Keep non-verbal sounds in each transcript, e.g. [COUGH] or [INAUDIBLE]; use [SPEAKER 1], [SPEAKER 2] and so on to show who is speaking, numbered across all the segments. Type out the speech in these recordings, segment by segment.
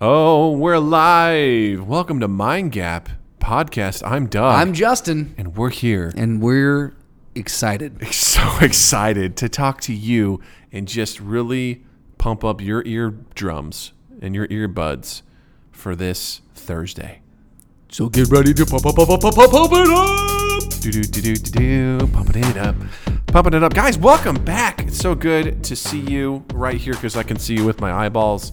[SPEAKER 1] Oh, we're live. Welcome to Mind Gap Podcast. I'm Doug.
[SPEAKER 2] I'm Justin,
[SPEAKER 1] and we're
[SPEAKER 2] [LAUGHS]
[SPEAKER 1] here. [LAUGHS]
[SPEAKER 2] and we're excited.
[SPEAKER 1] So excited to talk to you and just really pump up your eardrums and your earbuds for this Thursday.
[SPEAKER 2] So get ready to pop, pop, pop, pop, pop, pop, pop it up.
[SPEAKER 1] Do do do do do do, pumping it up, pumping it up, guys. Welcome back. It's so good to see you right here because I can see you with my eyeballs.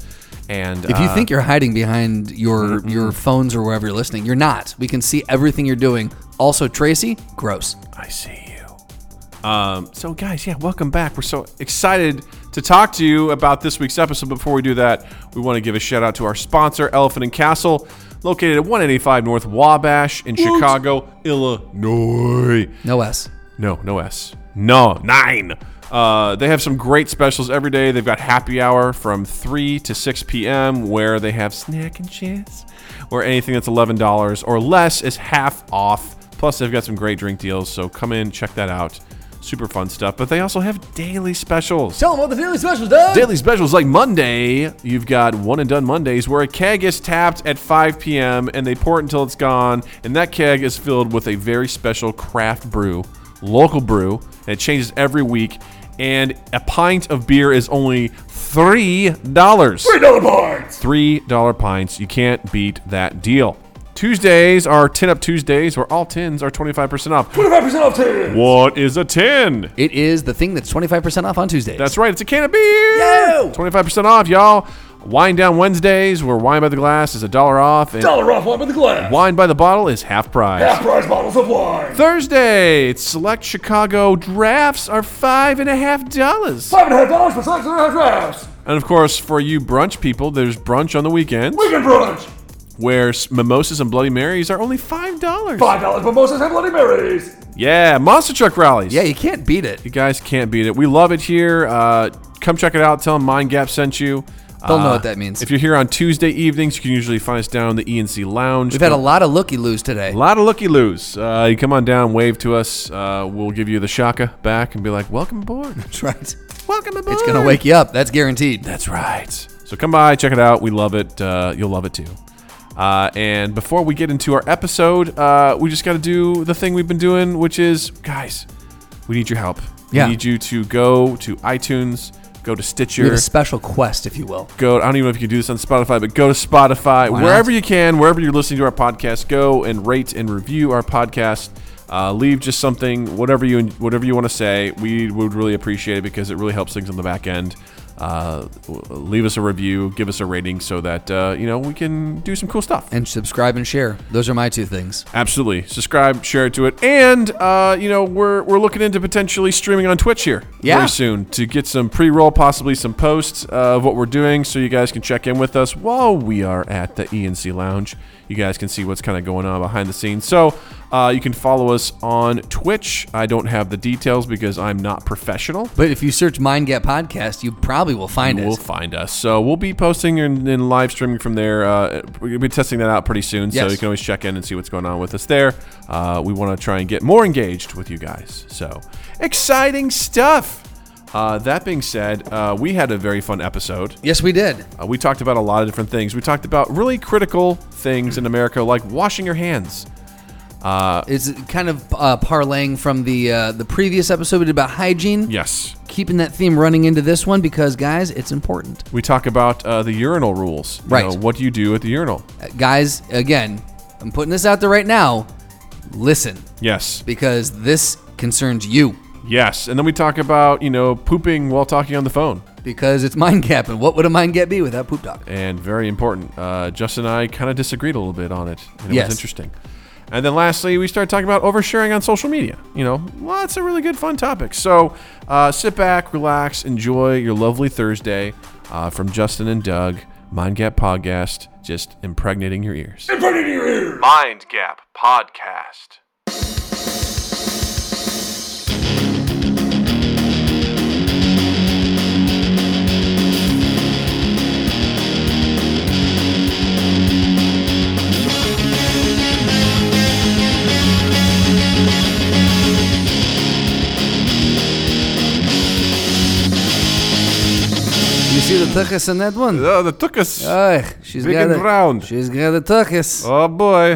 [SPEAKER 1] And
[SPEAKER 2] If you think you're hiding behind your your phones or wherever you're listening, you're not. We can see everything you're doing. Also, Tracy, gross.
[SPEAKER 1] I see you. Um, so, guys, yeah, welcome back. We're so excited to talk to you about this week's episode. Before we do that, we want to give a shout out to our sponsor, Elephant and Castle, located at 185 North Wabash in Chicago, Illinois.
[SPEAKER 2] No S.
[SPEAKER 1] No, no S. No, nine. Uh, they have some great specials every day. They've got happy hour from 3 to 6 p.m., where they have snack and chips, where anything that's $11 or less is half off. Plus, they've got some great drink deals. So come in, check that out. Super fun stuff. But they also have daily specials.
[SPEAKER 2] Tell them what the daily special does.
[SPEAKER 1] Daily specials like Monday, you've got one and done Mondays where a keg is tapped at 5 p.m. and they pour it until it's gone. And that keg is filled with a very special craft brew, local brew, and it changes every week. And a pint of beer is only $3. $3 pints! $3 pints. You can't beat that deal. Tuesdays are 10 up Tuesdays where all 10s are 25% off. 25% off 10! What is a 10?
[SPEAKER 2] It is the thing that's 25% off on Tuesdays.
[SPEAKER 1] That's right. It's a can of beer.
[SPEAKER 2] Yo!
[SPEAKER 1] 25% off, y'all. Wine Down Wednesdays, where wine by the glass is a dollar off, and
[SPEAKER 3] Dollar off one with the glass.
[SPEAKER 1] wine by the bottle is half price.
[SPEAKER 3] Half price bottles of wine.
[SPEAKER 1] Thursday, it's select Chicago drafts are five and a half dollars.
[SPEAKER 3] Five and a half dollars for six and a half drafts.
[SPEAKER 1] And of course, for you brunch people, there's brunch on the weekends
[SPEAKER 3] Weekend brunch.
[SPEAKER 1] where s- mimosas and Bloody Marys are only five dollars.
[SPEAKER 3] Five dollars mimosas and Bloody Marys.
[SPEAKER 1] Yeah, monster truck rallies.
[SPEAKER 2] yeah, you can't beat it.
[SPEAKER 1] you guys can't beat it. We love it here. Uh, come check it out. Tell them Mind Gap sent you. Uh,
[SPEAKER 2] They'll know what that means.
[SPEAKER 1] If you're here on Tuesday evenings, you can usually find us down in the ENC Lounge.
[SPEAKER 2] We've had a lot of looky loos today.
[SPEAKER 1] A lot of looky loos. Uh, you come on down, wave to us. Uh, we'll give you the shaka back and be like, "Welcome aboard!
[SPEAKER 2] That's right.
[SPEAKER 1] Welcome aboard!"
[SPEAKER 2] It's gonna wake you up. That's guaranteed.
[SPEAKER 1] That's right. So come by, check it out. We love it. Uh, you'll love it too. Uh, and before we get into our episode, uh, we just got to do the thing we've been doing, which is, guys, we need your help.
[SPEAKER 2] Yeah.
[SPEAKER 1] We need you to go to iTunes, go to Stitcher,
[SPEAKER 2] We have a special quest, if you will.
[SPEAKER 1] go. I don't even know if you can do this on Spotify, but go to Spotify
[SPEAKER 2] not?
[SPEAKER 1] wherever you can, wherever you're listening to our podcast. Go and rate and review our podcast. Uh, leave just something, whatever you whatever you want to say. We would really appreciate it because it really helps things on the back end. Uh, w- leave us a review, give us a rating, so that uh, you know we can do some cool stuff.
[SPEAKER 2] And subscribe and share. Those are my two things.
[SPEAKER 1] Absolutely, subscribe, share it to it, and uh, you know we're we're looking into potentially streaming on Twitch here
[SPEAKER 2] Yeah.
[SPEAKER 1] very soon to get some pre-roll, possibly some posts uh, of what we're doing, so you guys can check in with us while we are at the ENC Lounge. You guys can see what's kind of going on behind the scenes. So uh, you can follow us on Twitch. I don't have the details because I'm not professional.
[SPEAKER 2] But if you search Mind Gap Podcast, you probably will find it.
[SPEAKER 1] We'll find us. So we'll be posting and, and live streaming from there. Uh, we're gonna be testing that out pretty soon, so
[SPEAKER 2] Yes.
[SPEAKER 1] you can always check in and see what's going on with us there. Uh, we want to try and get more engaged with you guys. So exciting stuff. Uh, that being said, uh, we had a very fun episode.
[SPEAKER 2] Yes, we did.
[SPEAKER 1] Uh, we talked about a lot of different things. We talked about really critical things in America, like washing your hands.
[SPEAKER 2] It's kind of uh, parlaying from the uh, the previous episode we did about hygiene.
[SPEAKER 1] Yes.
[SPEAKER 2] Keeping that theme running into this one because guys, it's important.
[SPEAKER 1] We talk about uh, the urinal rules. You
[SPEAKER 2] Right.
[SPEAKER 1] know, what do you do at the urinal?
[SPEAKER 2] Uh, guys, again, I'm putting this out there right now. Listen,
[SPEAKER 1] Yes.
[SPEAKER 2] because this concerns you.
[SPEAKER 1] Yes. And then we talk about, you know, pooping while talking on the phone.
[SPEAKER 2] Because it's mind gap, and what would a mind gap be without poop talk?
[SPEAKER 1] and very important. Uh, Justin and I kind of disagreed a little bit on it, and it
[SPEAKER 2] Yes.
[SPEAKER 1] was interesting. And then lastly, we started talking about oversharing on social media. You know, lots of really good, fun topics. So uh, sit back, relax, enjoy your lovely Thursday uh, from Justin and Doug, Mind Gap Podcast, just impregnating your ears.
[SPEAKER 3] Imprinted in your ears.
[SPEAKER 1] Mind Gap Podcast.
[SPEAKER 2] You see that tuchus in that one.
[SPEAKER 1] Oh, the took us.
[SPEAKER 2] Oh, she's
[SPEAKER 1] Big
[SPEAKER 2] got
[SPEAKER 1] and
[SPEAKER 2] a,
[SPEAKER 1] round.
[SPEAKER 2] She's got a tuchus.
[SPEAKER 1] oh boy.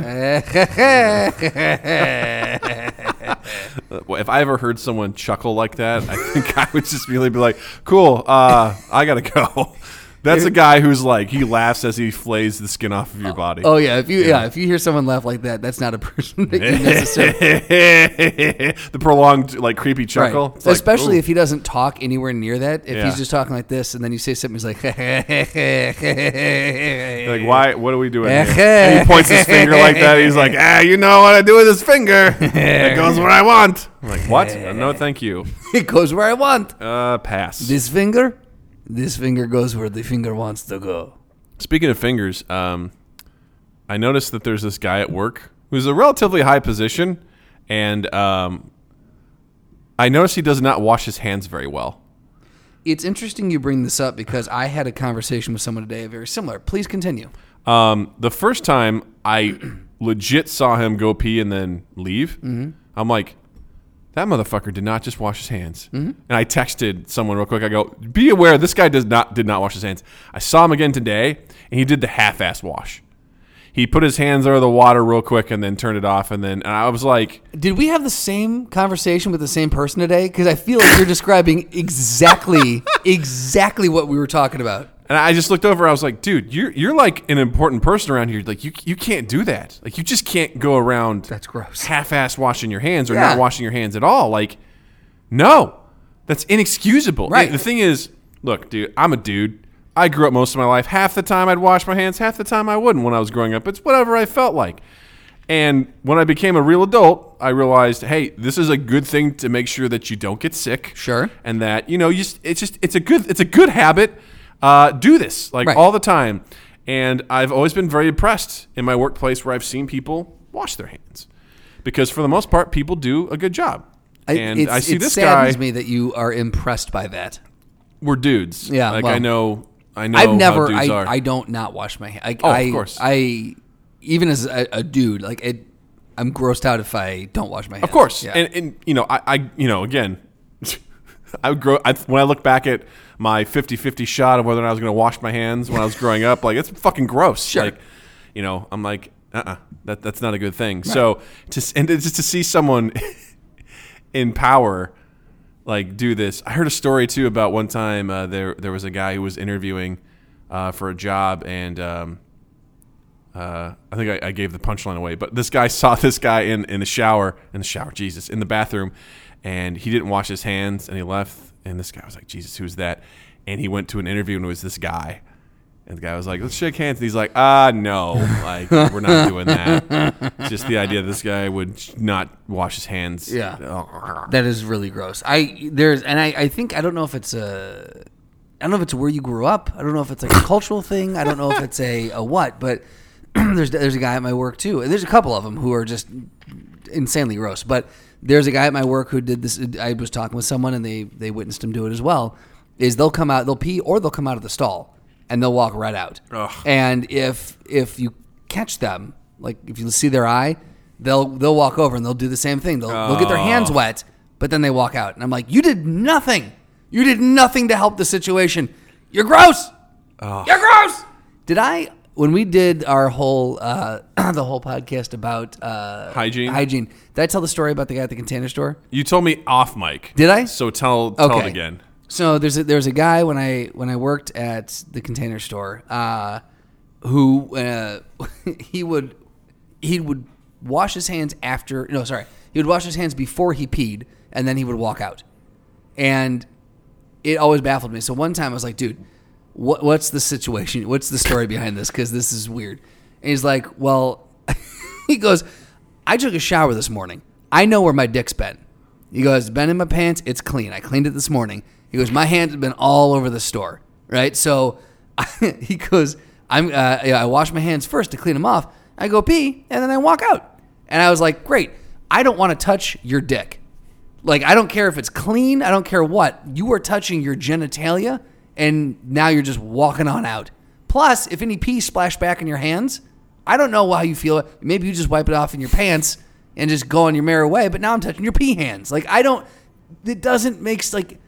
[SPEAKER 1] Well, If I ever heard someone chuckle like that, I [LAUGHS] think I would just really be like, "Cool, uh, I gotta go." [LAUGHS] That's a guy who's like he laughs as he flays the skin off of your body.
[SPEAKER 2] [LAUGHS] oh yeah, if you yeah. if you hear someone laugh like that, that's not a person that
[SPEAKER 1] [LAUGHS]
[SPEAKER 2] you necessarily
[SPEAKER 1] the prolonged like creepy
[SPEAKER 2] Right.
[SPEAKER 1] chuckle, It's like,
[SPEAKER 2] Especially
[SPEAKER 1] ooh.
[SPEAKER 2] if he doesn't talk anywhere near that. If
[SPEAKER 1] Yeah.
[SPEAKER 2] he's just talking like this, and then you say something, he's like, [LAUGHS]
[SPEAKER 1] Like why? What are we doing? here?
[SPEAKER 2] Eh-heh.
[SPEAKER 1] And he points his finger like that. He's
[SPEAKER 2] [LAUGHS]
[SPEAKER 1] like, ah, you know what I do with this finger? It goes where I want. I'm like
[SPEAKER 2] [LAUGHS]
[SPEAKER 1] what? no, thank you.
[SPEAKER 2] it goes where I want.
[SPEAKER 1] Uh, pass.
[SPEAKER 2] This finger, this finger goes where the finger wants to go.
[SPEAKER 1] Speaking of fingers, um, I noticed that there's this guy at work who's a relatively high position, and um, I noticed he does not wash his hands very well.
[SPEAKER 2] It's interesting you bring this up because I had a conversation with someone today very similar. Please continue.
[SPEAKER 1] Um, the first time I legit saw him go pee and then leave, I'm like, that motherfucker did not just wash his hands. And I texted someone real quick. I go, be aware, this guy does not did not wash his hands. I saw him again today, and he did the half-ass wash. He put his hands under the water real quick and then turned it off. And then and I was like,
[SPEAKER 2] Did we have the same conversation with the same person today? Because I feel [LAUGHS] like you're describing exactly, exactly what we were talking about.
[SPEAKER 1] And I just looked over. I was like, dude, you're you're like an important person around here. Like you you can't do that. Like you just can't go around.
[SPEAKER 2] That's gross.
[SPEAKER 1] Half-ass washing your hands or
[SPEAKER 2] Yeah.
[SPEAKER 1] not washing your hands at all. Like, no, that's inexcusable.
[SPEAKER 2] Right.
[SPEAKER 1] The thing is, look, dude, I'm a dude. I grew up most of my life. Half the time I'd wash my hands. Half the time I wouldn't. When I was growing up, it's whatever I felt like. And when I became a real adult, I realized, hey, this is a good thing to make sure that you don't get sick
[SPEAKER 2] Sure.
[SPEAKER 1] and that you know you just, it's just it's a good it's a good habit uh, do this like
[SPEAKER 2] Right.
[SPEAKER 1] all the time and i've always been very impressed in my workplace where i've seen people wash their hands because for the most part people do a good job
[SPEAKER 2] I,
[SPEAKER 1] and
[SPEAKER 2] it's-
[SPEAKER 1] i see
[SPEAKER 2] it
[SPEAKER 1] this guy
[SPEAKER 2] saddens me that you are impressed by that.
[SPEAKER 1] we're dudes
[SPEAKER 2] Yeah,
[SPEAKER 1] like
[SPEAKER 2] well,
[SPEAKER 1] i know i know
[SPEAKER 2] I've never.
[SPEAKER 1] how dudes
[SPEAKER 2] I,
[SPEAKER 1] are.
[SPEAKER 2] I don't not wash my hands. I,
[SPEAKER 1] Oh, of
[SPEAKER 2] I,
[SPEAKER 1] course.
[SPEAKER 2] I even as a, a dude, like it, I'm grossed out if I don't wash my hands.
[SPEAKER 1] Of course,
[SPEAKER 2] Yeah.
[SPEAKER 1] and, and you know, I, I you know, again, [LAUGHS] I would grow. I, when I look back at my 50-50 shot of whether or not I was going to wash my hands when I was growing up, like it's fucking gross.
[SPEAKER 2] Sure.
[SPEAKER 1] Like, you know, I'm like, uh, uh that that's not a good thing. So to s- and just to see someone [LAUGHS] in power like do this. I heard a story too about one time uh, there there was a guy who was interviewing uh, for a job and. Um, uh, I think I, I gave the punchline away, but this guy [LAUGHS] saw this guy in, in the shower, in the shower, Jesus, in the bathroom, and he didn't wash his hands and he left. And this guy was like, Jesus, who's that? And he went to an interview and it was this guy. And the guy was like, let's shake hands. And he's like, ah, no, like, we're not doing that. Just the idea this guy would not wash his hands.
[SPEAKER 2] Yeah.
[SPEAKER 1] Ugh.
[SPEAKER 2] that is really gross. I there's and I, I think I don't know if it's a. I don't know if it's where you grew up. I don't know if it's like a cultural thing. I don't know if it's a, a what, but [CLEARS THROAT] there's there's a guy at my work too. And there's a couple of them who are just insanely gross. But there's a guy at my work who did this. I was talking with someone and they they witnessed him do it as well. Is they'll come out, they'll pee, or they'll come out of the stall and they'll walk right out.
[SPEAKER 1] Ugh.
[SPEAKER 2] And if if you catch them, like if you see their eye, they'll they'll walk over and they'll do the same thing. They'll they'll get their hands wet, but then they walk out. And I'm like, you did nothing. You did nothing to help the situation. You're gross. You're gross. Did I when we did our whole uh, [CLEARS THROAT] the whole podcast about uh,
[SPEAKER 1] Hygiene?
[SPEAKER 2] Hygiene. Did I tell the story about the guy at the container store?
[SPEAKER 1] You told me off mic.
[SPEAKER 2] Did I?
[SPEAKER 1] So tell, tell it again.
[SPEAKER 2] So there's a, there's a guy when I when I worked at the container store, uh, who uh, [LAUGHS] he would he would wash his hands after. No, sorry, he would wash his hands before he peed, and then he would walk out. And it always baffled me. So one time I was like, dude, what, what's the situation? What's the story behind this? Because this is weird. And he's like, well, [LAUGHS] he goes, I took a shower this morning. I know where my dick's been. He goes, it's been in my pants. It's clean. I cleaned it this morning. He goes, my hands have been all over the store, right? So [LAUGHS] he goes, I'm, uh, yeah, I wash my hands first to clean them off. I go pee and then I walk out. And I was like, great. I don't want to touch your dick. Like I don't care if it's clean, I don't care what. You are touching your genitalia and now you're just walking on out. Plus, if any pee splashed back in your hands, I don't know how you feel. Maybe you just wipe it off in your pants and just go on your merry way, but now I'm touching your pee hands. Like I don't it doesn't make s- like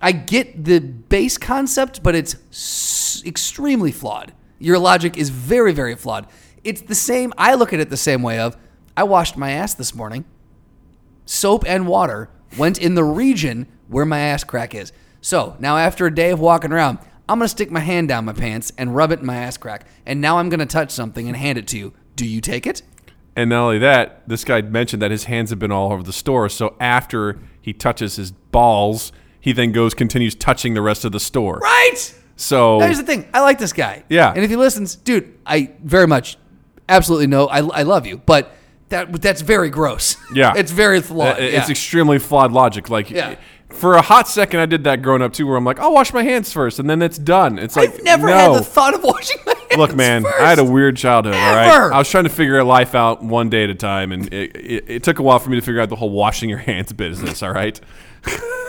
[SPEAKER 2] I get the base concept, but it's s- extremely flawed. Your logic is very, very flawed. It's the same. I look at it the same way of I washed my ass this morning. Soap and water went in the region where my ass crack is. So now after a day of walking around, I'm gonna stick my hand down my pants and rub it in my ass crack. And now I'm gonna touch something and hand it to you. Do you take it?
[SPEAKER 1] And not only that, this guy mentioned that his hands have been all over the store. So after he touches his balls, he then goes continues touching the rest of the store.
[SPEAKER 2] Right.
[SPEAKER 1] So uh,
[SPEAKER 2] Here's the thing. I like this guy.
[SPEAKER 1] Yeah.
[SPEAKER 2] And if he listens, dude, I very much, absolutely know. I, I love you, but that that's very gross.
[SPEAKER 1] Yeah.
[SPEAKER 2] [LAUGHS] it's very flawed.
[SPEAKER 1] Uh, It's
[SPEAKER 2] yeah.
[SPEAKER 1] extremely flawed logic. Like,
[SPEAKER 2] Yeah.
[SPEAKER 1] for a hot second, I did that growing up too, where I'm like, I'll wash my hands first, and then it's done. It's like,
[SPEAKER 2] I've never
[SPEAKER 1] no.
[SPEAKER 2] had the thought of washing my hands.
[SPEAKER 1] Look, man,
[SPEAKER 2] first.
[SPEAKER 1] I had a weird childhood. All right,
[SPEAKER 2] Ever.
[SPEAKER 1] I was trying to figure life out one day at a time, and it, it, it took a while for me to figure out the whole washing your hands business. All right,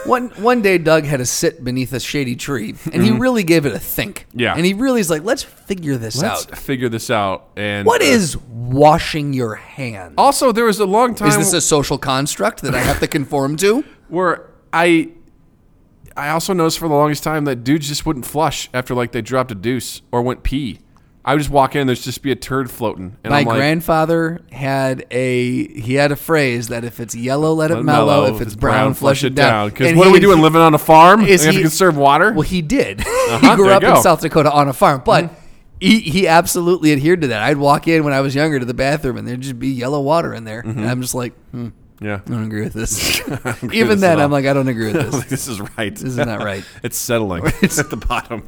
[SPEAKER 2] one one day. Doug had a sit beneath a shady tree, and he really gave it a think.
[SPEAKER 1] Mm-hmm. Yeah.
[SPEAKER 2] and he really is like, let's figure this
[SPEAKER 1] let's
[SPEAKER 2] out.
[SPEAKER 1] figure this out. And
[SPEAKER 2] What
[SPEAKER 1] uh,
[SPEAKER 2] is washing your hands?
[SPEAKER 1] also there was a long time.
[SPEAKER 2] Is this a social construct that I have to conform to?
[SPEAKER 1] where I I also noticed for the longest time that dudes just wouldn't flush after like they dropped a deuce or went pee. I would just walk in and there's just be a turd floating. [LAUGHS] And
[SPEAKER 2] My
[SPEAKER 1] I'm like,
[SPEAKER 2] grandfather had a he had a phrase that if it's yellow, let it
[SPEAKER 1] "Let
[SPEAKER 2] mellow. If it's brown, flush it down.
[SPEAKER 1] Because
[SPEAKER 2] And
[SPEAKER 1] what are
[SPEAKER 2] he-
[SPEAKER 1] we doing? living on a farm?
[SPEAKER 2] is
[SPEAKER 1] we have
[SPEAKER 2] he-
[SPEAKER 1] to conserve water.
[SPEAKER 2] Well, he did.
[SPEAKER 1] [LAUGHS] Uh-huh,
[SPEAKER 2] he grew
[SPEAKER 1] there
[SPEAKER 2] up
[SPEAKER 1] you
[SPEAKER 2] in
[SPEAKER 1] go. Mm-hmm.
[SPEAKER 2] South Dakota on a farm, but he he absolutely adhered to that. I'd walk in when I was younger to the bathroom, and there'd just be yellow water in there,
[SPEAKER 1] Mm-hmm.
[SPEAKER 2] and I'm just like, hmm,
[SPEAKER 1] yeah.
[SPEAKER 2] I don't agree
[SPEAKER 1] [LAUGHS]
[SPEAKER 2] with this. [LAUGHS]
[SPEAKER 1] agree with
[SPEAKER 2] Even
[SPEAKER 1] this
[SPEAKER 2] then,
[SPEAKER 1] at
[SPEAKER 2] I'm
[SPEAKER 1] all.
[SPEAKER 2] like, I don't
[SPEAKER 1] [LAUGHS]
[SPEAKER 2] agree with this.
[SPEAKER 1] this is right.
[SPEAKER 2] This is not right.
[SPEAKER 1] [LAUGHS] it's
[SPEAKER 2] [LAUGHS]
[SPEAKER 1] settling. it's at the bottom.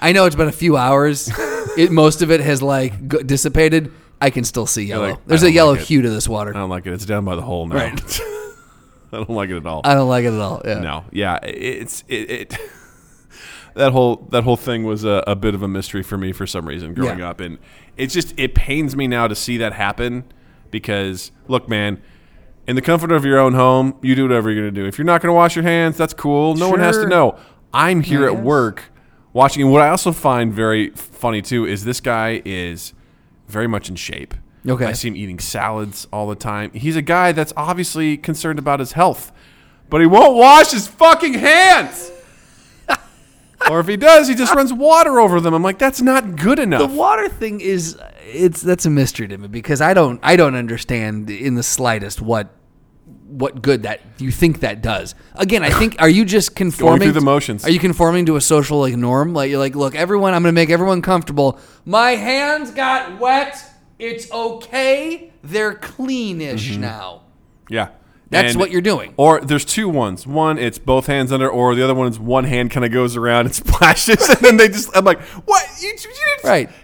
[SPEAKER 2] I know it's been a few hours. It most of it has like go- dissipated. I can still see yellow.
[SPEAKER 1] like, I
[SPEAKER 2] There's
[SPEAKER 1] don't
[SPEAKER 2] a
[SPEAKER 1] like
[SPEAKER 2] yellow
[SPEAKER 1] it. Oh.
[SPEAKER 2] hue to this water.
[SPEAKER 1] I don't like it. It's down by the hole now.
[SPEAKER 2] Right.
[SPEAKER 1] [LAUGHS] I don't like it at all.
[SPEAKER 2] I don't like it at all. Yeah.
[SPEAKER 1] no yeah i- it's it, it [LAUGHS] that whole that whole thing was a, a bit of a mystery for me for some reason growing
[SPEAKER 2] Yeah.
[SPEAKER 1] up and it's just it pains me now to see that happen because look man in the comfort of your own home you do whatever you're going to do if you're not going to wash your hands that's cool no one has to
[SPEAKER 2] Sure.
[SPEAKER 1] know i'm here at
[SPEAKER 2] Yes.
[SPEAKER 1] work watching and what i also find very funny too is this guy is very much in shape
[SPEAKER 2] Okay.
[SPEAKER 1] I see him eating salads all the time. He's a guy that's obviously concerned about his health, but he won't wash his fucking
[SPEAKER 2] [LAUGHS]
[SPEAKER 1] hands. or if he does, he just runs water over them. I'm like, that's not good
[SPEAKER 2] the
[SPEAKER 1] enough.
[SPEAKER 2] water thing is it's that's a mystery to me because I don't I don't understand in the slightest what what good that you think that does. Again, I think are you just conforming
[SPEAKER 1] the motions.
[SPEAKER 2] Are you conforming to a social like norm? Like you're like, look, everyone, I'm going to make everyone comfortable. My hands got wet. It's okay. They're cleanish
[SPEAKER 1] Mm-hmm.
[SPEAKER 2] now.
[SPEAKER 1] yeah.
[SPEAKER 2] That's what you're doing.
[SPEAKER 1] Or there's two ones. One, it's both hands under, or the other one is one hand kind of goes around and [LAUGHS] splashes, and then they just. I'm like, what? You, you didn't,
[SPEAKER 2] Right.
[SPEAKER 1] [LAUGHS]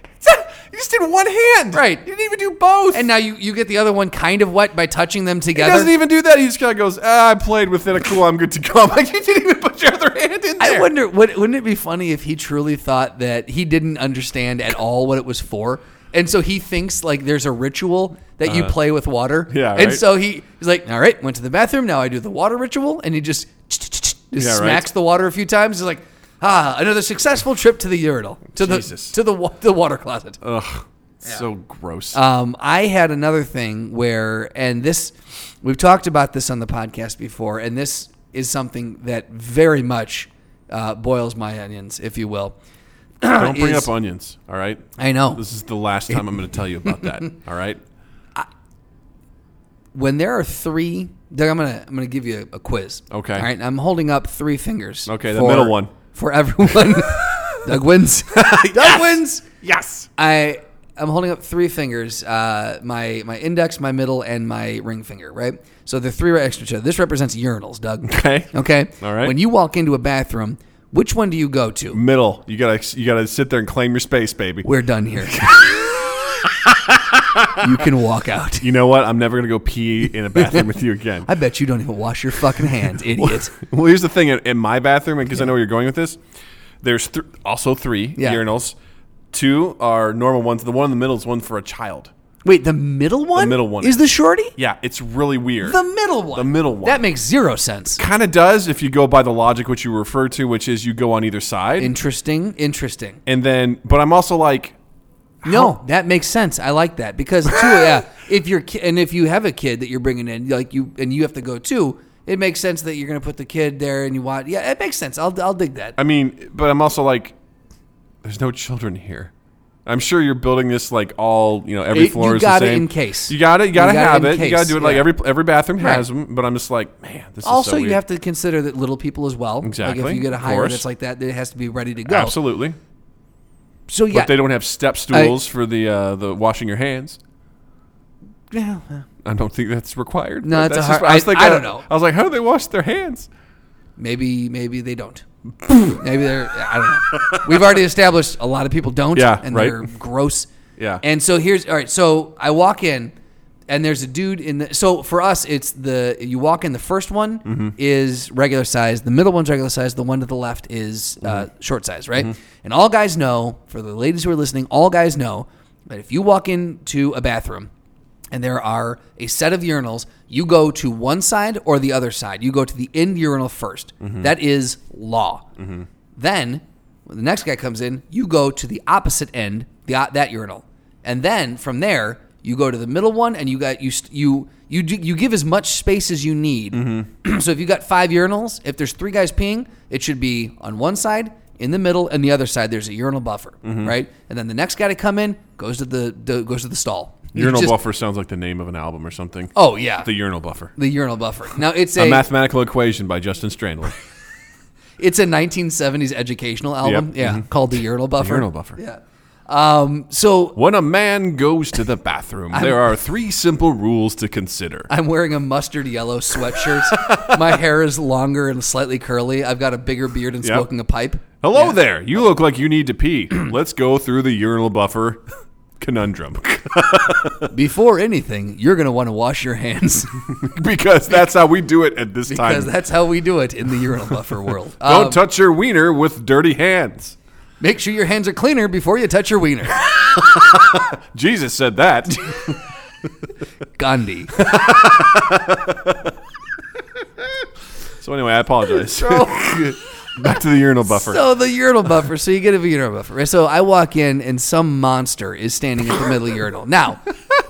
[SPEAKER 1] You just did one hand.
[SPEAKER 2] Right.
[SPEAKER 1] You didn't even do both.
[SPEAKER 2] And now you you get the other one kind of wet by touching them
[SPEAKER 1] He
[SPEAKER 2] together.
[SPEAKER 1] doesn't even do that. He just kind of goes, ah, I played with it. Cool, I'm good to go. [LAUGHS] I'm like, you didn't even put your other hand in there.
[SPEAKER 2] I wonder would, wouldn't it be funny if he truly thought that he didn't understand at all what it was for, and so he thinks like there's a ritual that you play with water.
[SPEAKER 1] Uh-huh. Yeah,
[SPEAKER 2] and
[SPEAKER 1] right.
[SPEAKER 2] so he he's like, all right, went to the bathroom. Now I do the water ritual, and he just, just
[SPEAKER 1] right.
[SPEAKER 2] smacks the water a few times. He's like, ah, another successful trip to the urinal to
[SPEAKER 1] Jesus.
[SPEAKER 2] the to the wa- the water closet.
[SPEAKER 1] Ugh, so gross.
[SPEAKER 2] Um, I had another thing where, and this, we've talked about this on the podcast before, and this is something that very much uh, boils my onions, if you will. [CLEARS THROAT]
[SPEAKER 1] Don't bring
[SPEAKER 2] is-
[SPEAKER 1] up onions, all right?
[SPEAKER 2] I know.
[SPEAKER 1] This is the last time I'm going to tell you about [LAUGHS] that, all right?
[SPEAKER 2] When there are three, Doug, I'm gonna I'm gonna give you a, a quiz.
[SPEAKER 1] Okay.
[SPEAKER 2] All right. I'm holding up three fingers.
[SPEAKER 1] Okay, the middle one.
[SPEAKER 2] for everyone. [LAUGHS]
[SPEAKER 1] [LAUGHS]
[SPEAKER 2] Doug wins. Doug wins.
[SPEAKER 1] Yes.
[SPEAKER 2] I I'm holding up three fingers, uh, my my index, my middle, and my ring finger, right? So the three right next to each other. This represents urinals, Doug.
[SPEAKER 1] Okay.
[SPEAKER 2] Okay.
[SPEAKER 1] All right.
[SPEAKER 2] When you walk into a bathroom, which one do you go to?
[SPEAKER 1] Middle. You got to you gotta sit there and claim your space, baby.
[SPEAKER 2] We're
[SPEAKER 1] [LAUGHS]
[SPEAKER 2] done here. you can walk out.
[SPEAKER 1] You know what? I'm never going to go pee in a bathroom with [LAUGHS] you again.
[SPEAKER 2] I bet you don't even wash your
[SPEAKER 1] [LAUGHS]
[SPEAKER 2] fucking hands, idiot.
[SPEAKER 1] Well, here's the thing in, in my bathroom, because I know where you're going with this. There's th- also three
[SPEAKER 2] Yeah.
[SPEAKER 1] urinals. Two are normal ones. The one in the middle is one for a child.
[SPEAKER 2] Wait, the middle one?
[SPEAKER 1] middle one.
[SPEAKER 2] Is the shorty?
[SPEAKER 1] Yeah, it's really weird.
[SPEAKER 2] The middle one.
[SPEAKER 1] The middle one.
[SPEAKER 2] That makes zero sense.
[SPEAKER 1] kind of does if you go by the logic which you refer to, which is you go on either side.
[SPEAKER 2] Interesting. Interesting.
[SPEAKER 1] and then, but I'm also like,
[SPEAKER 2] No, that makes sense. I like that
[SPEAKER 1] [LAUGHS]
[SPEAKER 2] because too, yeah. If you're ki- and if you have a kid that you're bringing in, like you and you have to go too, it makes sense that you're gonna put the kid there and you want. Yeah, it makes sense. I'll I'll dig that.
[SPEAKER 1] I mean, but I'm also like, there's no children here. I'm sure you're building this like all you know. Every
[SPEAKER 2] It- you
[SPEAKER 1] floor is
[SPEAKER 2] got
[SPEAKER 1] the
[SPEAKER 2] it
[SPEAKER 1] same.
[SPEAKER 2] in case.
[SPEAKER 1] You got it. You
[SPEAKER 2] You
[SPEAKER 1] got to
[SPEAKER 2] got it
[SPEAKER 1] have
[SPEAKER 2] in
[SPEAKER 1] it. You got to
[SPEAKER 2] case,
[SPEAKER 1] do it like
[SPEAKER 2] yeah.
[SPEAKER 1] every every bathroom has
[SPEAKER 2] Right.
[SPEAKER 1] them. But I'm just like, man, this is
[SPEAKER 2] also,
[SPEAKER 1] so
[SPEAKER 2] you
[SPEAKER 1] weird.
[SPEAKER 2] have to consider that little people as well. Like
[SPEAKER 1] Exactly,
[SPEAKER 2] if you get a
[SPEAKER 1] of
[SPEAKER 2] hire
[SPEAKER 1] course.
[SPEAKER 2] that's like that, it has to be ready to go.
[SPEAKER 1] absolutely.
[SPEAKER 2] So yeah,
[SPEAKER 1] But they don't have step stools for the uh, the washing your hands.
[SPEAKER 2] Yeah, well,
[SPEAKER 1] I don't think that's required.
[SPEAKER 2] No,
[SPEAKER 1] but
[SPEAKER 2] it's a
[SPEAKER 1] that's
[SPEAKER 2] hard-
[SPEAKER 1] what-
[SPEAKER 2] I- I don't know.
[SPEAKER 1] I was like, how do they wash their hands?
[SPEAKER 2] maybe maybe they don't. maybe they're I don't know. We've already established a lot of people don't.
[SPEAKER 1] Yeah,
[SPEAKER 2] and
[SPEAKER 1] right.
[SPEAKER 2] they're gross.
[SPEAKER 1] Yeah.
[SPEAKER 2] And so here's all right. So I walk in, and there's a dude in the. So for us, it's the you walk in. The first one
[SPEAKER 1] Mm-hmm.
[SPEAKER 2] is regular size. The middle one's regular size. The one to the left is uh,
[SPEAKER 1] Mm-hmm.
[SPEAKER 2] short size, right? And all guys know. For the ladies who are listening, all guys know that if you walk into a bathroom. And there are a set of urinals. You go to one side or the other side. You go to the end urinal 1st That is law. Then, when the next guy comes in, you go to the opposite end, the uh, that urinal, and then from there you go to the middle one, and you got you st- you you do, you give as much space as you need. [CLEARS THROAT] so if you got five urinals, if there's three guys peeing, it should be on one side, in the middle, and the other side. There's a urinal buffer, right? And then the next guy to come in goes to the, the goes to the stall. You
[SPEAKER 1] Urinal
[SPEAKER 2] just-
[SPEAKER 1] buffer sounds like the name of an album or something.
[SPEAKER 2] Oh yeah,
[SPEAKER 1] the
[SPEAKER 2] the,
[SPEAKER 1] urinal buffer.
[SPEAKER 2] urinal buffer.
[SPEAKER 1] [LAUGHS]
[SPEAKER 2] Now it's
[SPEAKER 1] A
[SPEAKER 2] a
[SPEAKER 1] mathematical equation by Justin
[SPEAKER 2] [LAUGHS]
[SPEAKER 1] Strandler.
[SPEAKER 2] it's a 1970s educational album,
[SPEAKER 1] Yep. Mm-hmm.
[SPEAKER 2] yeah, called the urinal buffer.
[SPEAKER 1] urinal buffer.
[SPEAKER 2] Yeah. Um, so
[SPEAKER 1] When a man goes to the bathroom, there are three simple rules to consider.
[SPEAKER 2] I'm wearing a mustard
[SPEAKER 1] [LAUGHS]
[SPEAKER 2] yellow sweatshirt. My hair is longer and slightly curly. I've got a bigger beard and
[SPEAKER 1] Yep.
[SPEAKER 2] smoking a pipe.
[SPEAKER 1] Hello there. You look like you need to pee. [CLEARS THROAT] Let's go through the urinal buffer [LAUGHS] conundrum [LAUGHS]
[SPEAKER 2] Before anything, you're going to want to wash your hands
[SPEAKER 1] because that's how we do it at this [LAUGHS] time.
[SPEAKER 2] [LAUGHS] because that's how we do it in the urinal buffer world.
[SPEAKER 1] Don't
[SPEAKER 2] Um,
[SPEAKER 1] touch your wiener with dirty hands.
[SPEAKER 2] make sure your hands are cleaner before you touch
[SPEAKER 1] [LAUGHS]
[SPEAKER 2] your wiener.
[SPEAKER 1] Jesus said
[SPEAKER 2] [LAUGHS]
[SPEAKER 1] that.
[SPEAKER 2] Gandhi.
[SPEAKER 1] so anyway, I apologize. [LAUGHS] Back to the urinal buffer.
[SPEAKER 2] So the urinal buffer. So you get a urinal buffer. right? So I walk in, and some monster is standing at the middle of the urinal. Now,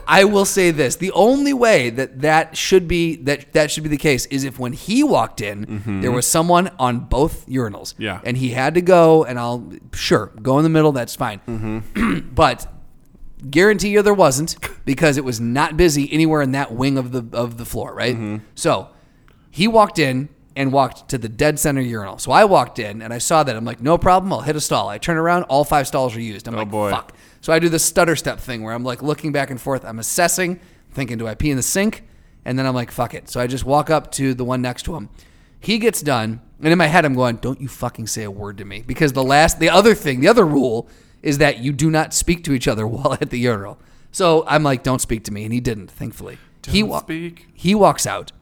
[SPEAKER 2] I will say this: the only way that that should be that that should be the case is if when he walked in, there was someone on both urinals.
[SPEAKER 1] Mm-hmm. Yeah.
[SPEAKER 2] and he had to go. And I'll sure go in the middle. That's fine.
[SPEAKER 1] Mm-hmm.
[SPEAKER 2] [CLEARS THROAT] but guarantee you there wasn't because it was not busy anywhere in that wing of the of the floor, right?
[SPEAKER 1] Mm-hmm.
[SPEAKER 2] So he walked in and walked to the dead center urinal. So I walked in and I saw that. I'm like, no problem. I'll hit a stall. I turn around. All five stalls are used. I'm like,
[SPEAKER 1] Oh, boy.
[SPEAKER 2] fuck. So I do the stutter step thing where I'm like looking back and forth. I'm assessing, thinking, do I pee in the sink? And then I'm like, fuck it. So I just walk up to the one next to him. He gets done, and in my head, I'm going, don't you fucking say a word to me. Because the last, the other thing, the other rule is that you do not speak to each other [LAUGHS] while at the urinal. So I'm like, don't speak to me. And he didn't, thankfully. he
[SPEAKER 1] Don't speak.
[SPEAKER 2] He walks out.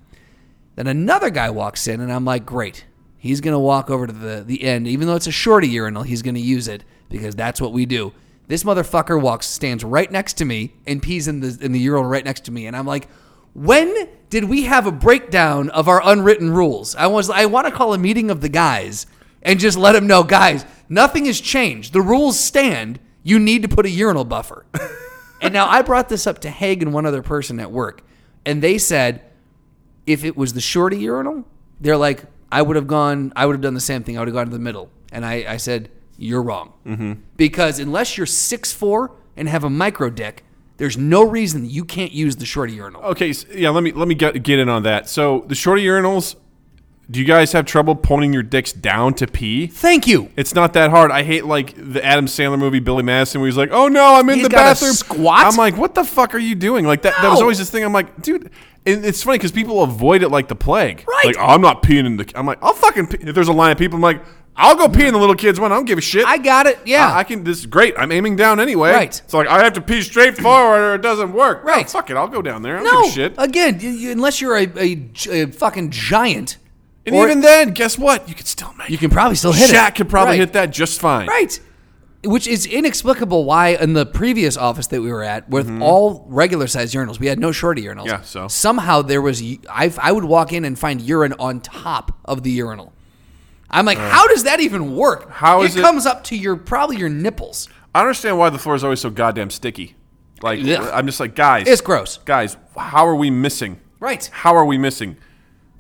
[SPEAKER 2] Then another guy walks in, and I'm like, great. He's going to walk over to the, the end. Even though it's a shorty urinal, he's going to use it because that's what we do. This motherfucker walks, stands right next to me, and pees in the, in the urinal right next to me. And I'm like, when did we have a breakdown of our unwritten rules? I was I want to call a meeting of the guys and just let them know, guys, nothing has changed. The rules stand. You need to put a urinal buffer. and now I brought this up to Haig and one other person at work, and they said, if it was the shorty urinal, they're like, I would have gone, I would have done the same thing. I would have gone to the middle. And I, I said, you're wrong. Mm-hmm. Because unless you're 6'4 and have a micro dick, there's no reason you can't use the shorty urinal.
[SPEAKER 1] Okay, so, yeah, let me let me get get in on that. So the shorter urinals, do you guys have trouble pointing your dicks down to pee?
[SPEAKER 2] Thank you.
[SPEAKER 1] It's not that hard. I hate like the Adam Sandler movie Billy Madison where he's like, "Oh no, I'm in
[SPEAKER 2] He's
[SPEAKER 1] the
[SPEAKER 2] gotta
[SPEAKER 1] bathroom."
[SPEAKER 2] squat?
[SPEAKER 1] I'm like, "What the fuck are you doing?" Like that. That was
[SPEAKER 2] No.
[SPEAKER 1] always this thing. I'm like, dude. And it's funny because people avoid it like the plague.
[SPEAKER 2] Right.
[SPEAKER 1] Like I'm not peeing in the. I'm like, I'll fucking. Pee. If there's a line of people, I'm like, I'll go pee in the little kids one. I don't give a shit.
[SPEAKER 2] I got it. Yeah.
[SPEAKER 1] Ah, I, I can. This is great. I'm aiming down anyway.
[SPEAKER 2] Right.
[SPEAKER 1] So like, I have to pee straight forward or it doesn't work. No,
[SPEAKER 2] Right.
[SPEAKER 1] fuck it. I'll go down there. I don't
[SPEAKER 2] no.
[SPEAKER 1] give a shit.
[SPEAKER 2] Again, you, you, unless you're a, a gi- a fucking giant,
[SPEAKER 1] And
[SPEAKER 2] or-
[SPEAKER 1] even then, guess what? You could still make.
[SPEAKER 2] you can probably still hit it.
[SPEAKER 1] Shaq could probably
[SPEAKER 2] Right.
[SPEAKER 1] hit that just fine.
[SPEAKER 2] Right. Which is inexplicable why in the previous office that we were at with all regular sized urinals, we had no shorty
[SPEAKER 1] Mm-hmm.
[SPEAKER 2] urinals.
[SPEAKER 1] Yeah, so.
[SPEAKER 2] somehow there was I I would walk in and find urine on top of the urinal. I'm like, how does that even work?
[SPEAKER 1] Uh. How is
[SPEAKER 2] it
[SPEAKER 1] it-
[SPEAKER 2] comes up to your probably your nipples.
[SPEAKER 1] I understand why the floor is always so goddamn sticky. Like
[SPEAKER 2] Yeah.
[SPEAKER 1] I'm just like guys.
[SPEAKER 2] It's gross.
[SPEAKER 1] Guys, how are we missing?
[SPEAKER 2] Right.
[SPEAKER 1] How are we missing?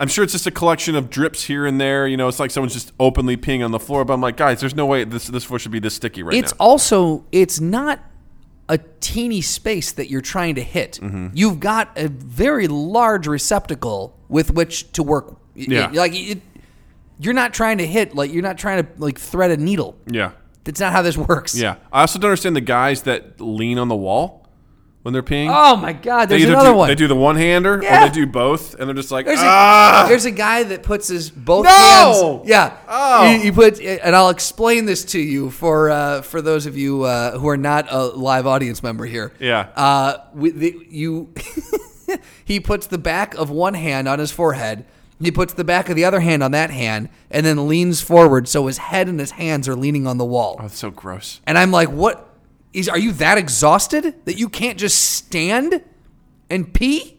[SPEAKER 1] I'm sure it's just a collection of drips here and there. You know, it's like someone's just openly peeing on the floor. But I'm like, guys, there's no way this this floor should be this sticky right
[SPEAKER 2] It's
[SPEAKER 1] now.
[SPEAKER 2] also it's not a teeny space that you're trying to hit.
[SPEAKER 1] Mm-hmm.
[SPEAKER 2] You've got a very large receptacle with which to work. It-
[SPEAKER 1] Yeah.
[SPEAKER 2] like it, you're not trying to hit like you're not trying to like thread a needle.
[SPEAKER 1] yeah,
[SPEAKER 2] That's not how this works.
[SPEAKER 1] yeah. I also don't understand the guys that lean on the wall when they're peeing.
[SPEAKER 2] Oh my God!
[SPEAKER 1] they
[SPEAKER 2] There's
[SPEAKER 1] either
[SPEAKER 2] another
[SPEAKER 1] do,
[SPEAKER 2] one.
[SPEAKER 1] They do the one hander
[SPEAKER 2] Yeah.
[SPEAKER 1] or they do both, and they're just like,
[SPEAKER 2] There's a,
[SPEAKER 1] ah.
[SPEAKER 2] there's a guy that puts his both
[SPEAKER 1] No!
[SPEAKER 2] hands. Yeah.
[SPEAKER 1] Oh.
[SPEAKER 2] He, he put, and I'll explain this to you for uh, for those of you uh, who are not a live audience member here.
[SPEAKER 1] Yeah.
[SPEAKER 2] Uh, with the, you, [LAUGHS] he puts the back of one hand on his forehead. He puts the back of the other hand on that hand, and then leans forward so his head and his hands are leaning on the wall.
[SPEAKER 1] That's so gross.
[SPEAKER 2] And I'm like, what is? Are you that exhausted that you can't just stand and pee?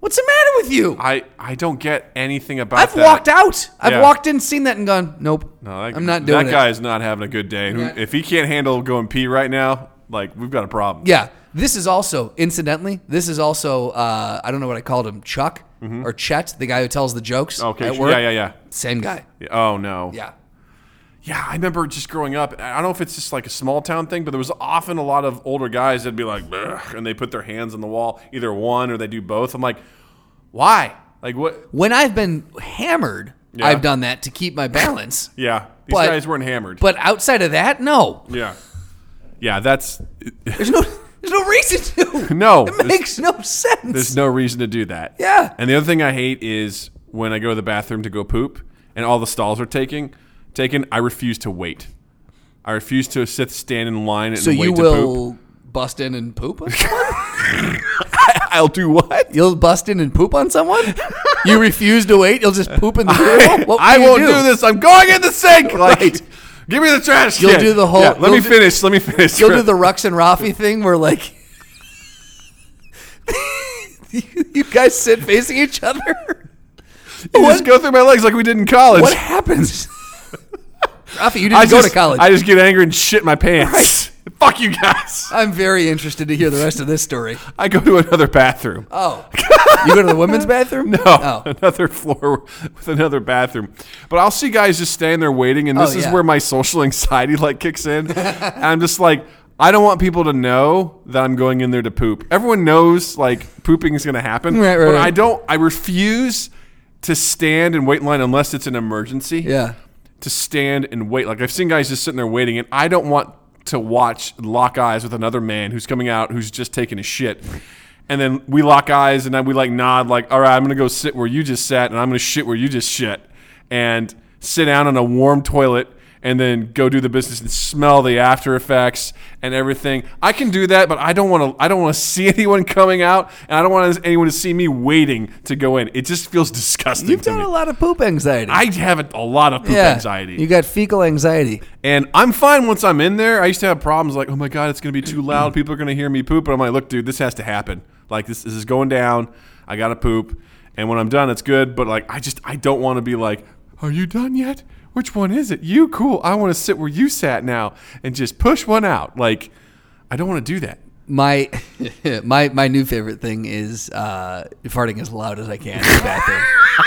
[SPEAKER 2] What's the matter with you?
[SPEAKER 1] I I don't get anything about
[SPEAKER 2] I've
[SPEAKER 1] that.
[SPEAKER 2] walked out. I've
[SPEAKER 1] Yeah.
[SPEAKER 2] walked in, seen that, and gone, nope.
[SPEAKER 1] No, that,
[SPEAKER 2] I'm not doing
[SPEAKER 1] That
[SPEAKER 2] it.
[SPEAKER 1] guy is not having a good day.
[SPEAKER 2] Yeah.
[SPEAKER 1] If he can't handle going pee right now, like we've got a problem.
[SPEAKER 2] Yeah. This is also, incidentally, this is also, uh, I don't know what I called him, Chuck or Chet, the guy who tells the jokes.
[SPEAKER 1] Mm-hmm. Okay.
[SPEAKER 2] at
[SPEAKER 1] sure.
[SPEAKER 2] work.
[SPEAKER 1] Yeah, yeah, yeah.
[SPEAKER 2] Same guy.
[SPEAKER 1] Yeah, Oh no.
[SPEAKER 2] Yeah.
[SPEAKER 1] Yeah, I remember just growing up. I I don't know if it's just like a small town thing, but there was often a lot of older guys that'd be like, "Ugh," and they put their hands on the wall, either one or they do both. I'm like, why? Like what?
[SPEAKER 2] When I've been hammered,
[SPEAKER 1] Yeah.
[SPEAKER 2] I've done that to keep my balance.
[SPEAKER 1] Yeah, these
[SPEAKER 2] But-
[SPEAKER 1] guys weren't hammered.
[SPEAKER 2] But outside of that, no.
[SPEAKER 1] yeah, yeah, that's
[SPEAKER 2] There's no there's no reason
[SPEAKER 1] [LAUGHS]
[SPEAKER 2] to.
[SPEAKER 1] No,
[SPEAKER 2] It
[SPEAKER 1] there's-
[SPEAKER 2] makes no sense.
[SPEAKER 1] There's no reason to do that.
[SPEAKER 2] Yeah.
[SPEAKER 1] And the other thing I hate is when I go to the bathroom to go poop and all the stalls are taking taken, I refuse to wait. I refuse to sit stand in line and
[SPEAKER 2] so
[SPEAKER 1] wait
[SPEAKER 2] you
[SPEAKER 1] to poop. [LAUGHS]
[SPEAKER 2] will bust in and poop? on someone?
[SPEAKER 1] I'll do what?
[SPEAKER 2] You'll bust in and poop on someone? you refuse to wait? You'll just poop in the urinal? What will
[SPEAKER 1] [LAUGHS] I
[SPEAKER 2] you
[SPEAKER 1] won't do? this. I'm going in the
[SPEAKER 2] [LAUGHS]
[SPEAKER 1] sink. Like,
[SPEAKER 2] Right.
[SPEAKER 1] give me the trash.
[SPEAKER 2] You'll
[SPEAKER 1] can.
[SPEAKER 2] do the whole-
[SPEAKER 1] Yeah, let
[SPEAKER 2] you'll
[SPEAKER 1] me
[SPEAKER 2] do-
[SPEAKER 1] finish. Let me finish.
[SPEAKER 2] You'll do the Rux and Rafi thing where like [LAUGHS] you guys sit facing each other.
[SPEAKER 1] [LAUGHS] You
[SPEAKER 2] What,
[SPEAKER 1] just go through my legs like we did in college.
[SPEAKER 2] what happens? Rafi, you didn't
[SPEAKER 1] I
[SPEAKER 2] go
[SPEAKER 1] just,
[SPEAKER 2] to college.
[SPEAKER 1] I just get angry and shit my pants. [LAUGHS] Fuck you guys.
[SPEAKER 2] I'm very interested to hear the rest of this story.
[SPEAKER 1] I go to another bathroom. [LAUGHS]
[SPEAKER 2] Oh, you go to the women's bathroom? No.
[SPEAKER 1] Oh,
[SPEAKER 2] [LAUGHS] Oh,
[SPEAKER 1] [LAUGHS] another floor with another bathroom. But I'll see guys just standing there waiting, and this
[SPEAKER 2] Oh,
[SPEAKER 1] is
[SPEAKER 2] yeah.
[SPEAKER 1] where my social anxiety [LAUGHS] like kicks in. and I'm just like, I don't want people to know that I'm going in there to poop. Everyone knows like pooping is going to happen,
[SPEAKER 2] Right, right,
[SPEAKER 1] but
[SPEAKER 2] right.
[SPEAKER 1] I don't. I refuse to stand and wait in line unless it's an emergency.
[SPEAKER 2] Yeah.
[SPEAKER 1] to stand and wait. Like I've seen guys just sitting there waiting, and I don't want to watch lock eyes with another man who's coming out who's just taking a shit. And then we lock eyes and then we like nod, like, all right, I'm gonna go sit where you just sat and I'm gonna shit where you just shit. And sit down on a warm toilet and then go do the business and smell the after effects and everything. I can do that, but I don't wanna I don't wanna see [LAUGHS] anyone coming out and I don't want anyone to see me waiting to go in. It just feels disgusting
[SPEAKER 2] you've
[SPEAKER 1] to
[SPEAKER 2] done
[SPEAKER 1] me.
[SPEAKER 2] a lot of poop anxiety.
[SPEAKER 1] I have a, a lot of poop anxiety.
[SPEAKER 2] You got fecal anxiety.
[SPEAKER 1] And I'm fine once I'm in there. I used to have problems like, oh my god, it's gonna be too loud. People are gonna hear me poop. But I'm like, look, dude, this has to happen. Like this, this is going down. I gotta poop. And when I'm done, it's good. But like, I just I don't want to be like, are you done yet? Which one is it? You cool? I want to sit where you sat now and just push one out. Like, I don't want to do that. [LAUGHS]
[SPEAKER 2] My my my new favorite thing is uh, farting as loud as I can in
[SPEAKER 1] [LAUGHS]
[SPEAKER 2] the bathroom.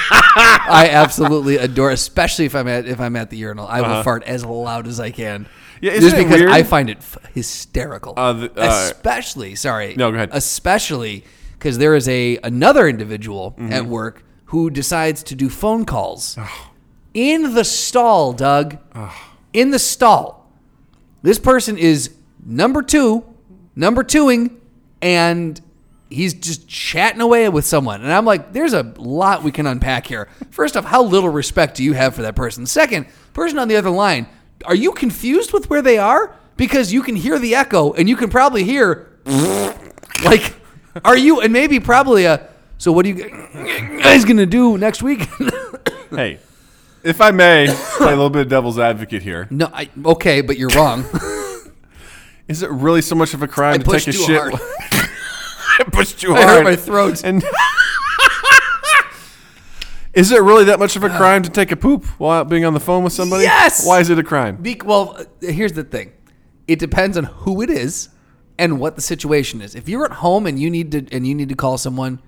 [SPEAKER 2] I absolutely adore, especially if I'm at if I'm at the urinal. I will fart as loud as I can.
[SPEAKER 1] Uh-huh. Yeah, isn't
[SPEAKER 2] just
[SPEAKER 1] it
[SPEAKER 2] because
[SPEAKER 1] weird?
[SPEAKER 2] I find it f- hysterical.
[SPEAKER 1] Uh, the- uh,
[SPEAKER 2] especially, sorry,
[SPEAKER 1] No, go ahead.
[SPEAKER 2] Especially because there is a another individual
[SPEAKER 1] Mm-hmm.
[SPEAKER 2] at work who decides to do phone calls in the stall, Doug. In the stall. This person is number two, number twoing, and he's just chatting away with someone. And I'm like, there's a lot we can unpack here. First off, how little respect do you have for that person? Second, person on the other line, are you confused with where they are? Because you can hear the echo and you can probably hear, [LAUGHS] like, are you, and maybe probably a, so what are you guys going to do next week? [LAUGHS]
[SPEAKER 1] Hey, if I may play a little bit of devil's advocate here,
[SPEAKER 2] no, I, okay, but you're wrong. [LAUGHS]
[SPEAKER 1] is it really so much of a crime
[SPEAKER 2] I
[SPEAKER 1] to take
[SPEAKER 2] pushed
[SPEAKER 1] a
[SPEAKER 2] too
[SPEAKER 1] shit?
[SPEAKER 2] hard.
[SPEAKER 1] [LAUGHS] I pushed too
[SPEAKER 2] I
[SPEAKER 1] hard.
[SPEAKER 2] hurt my throat.
[SPEAKER 1] And [LAUGHS] is it really that much of a crime to take a poop while being on the phone with somebody?
[SPEAKER 2] Uh. Yes!
[SPEAKER 1] Why is it a crime?
[SPEAKER 2] Be- well, uh, here's the thing. It depends on who it is and what the situation is. If you're at home and you need to and you need to call someone,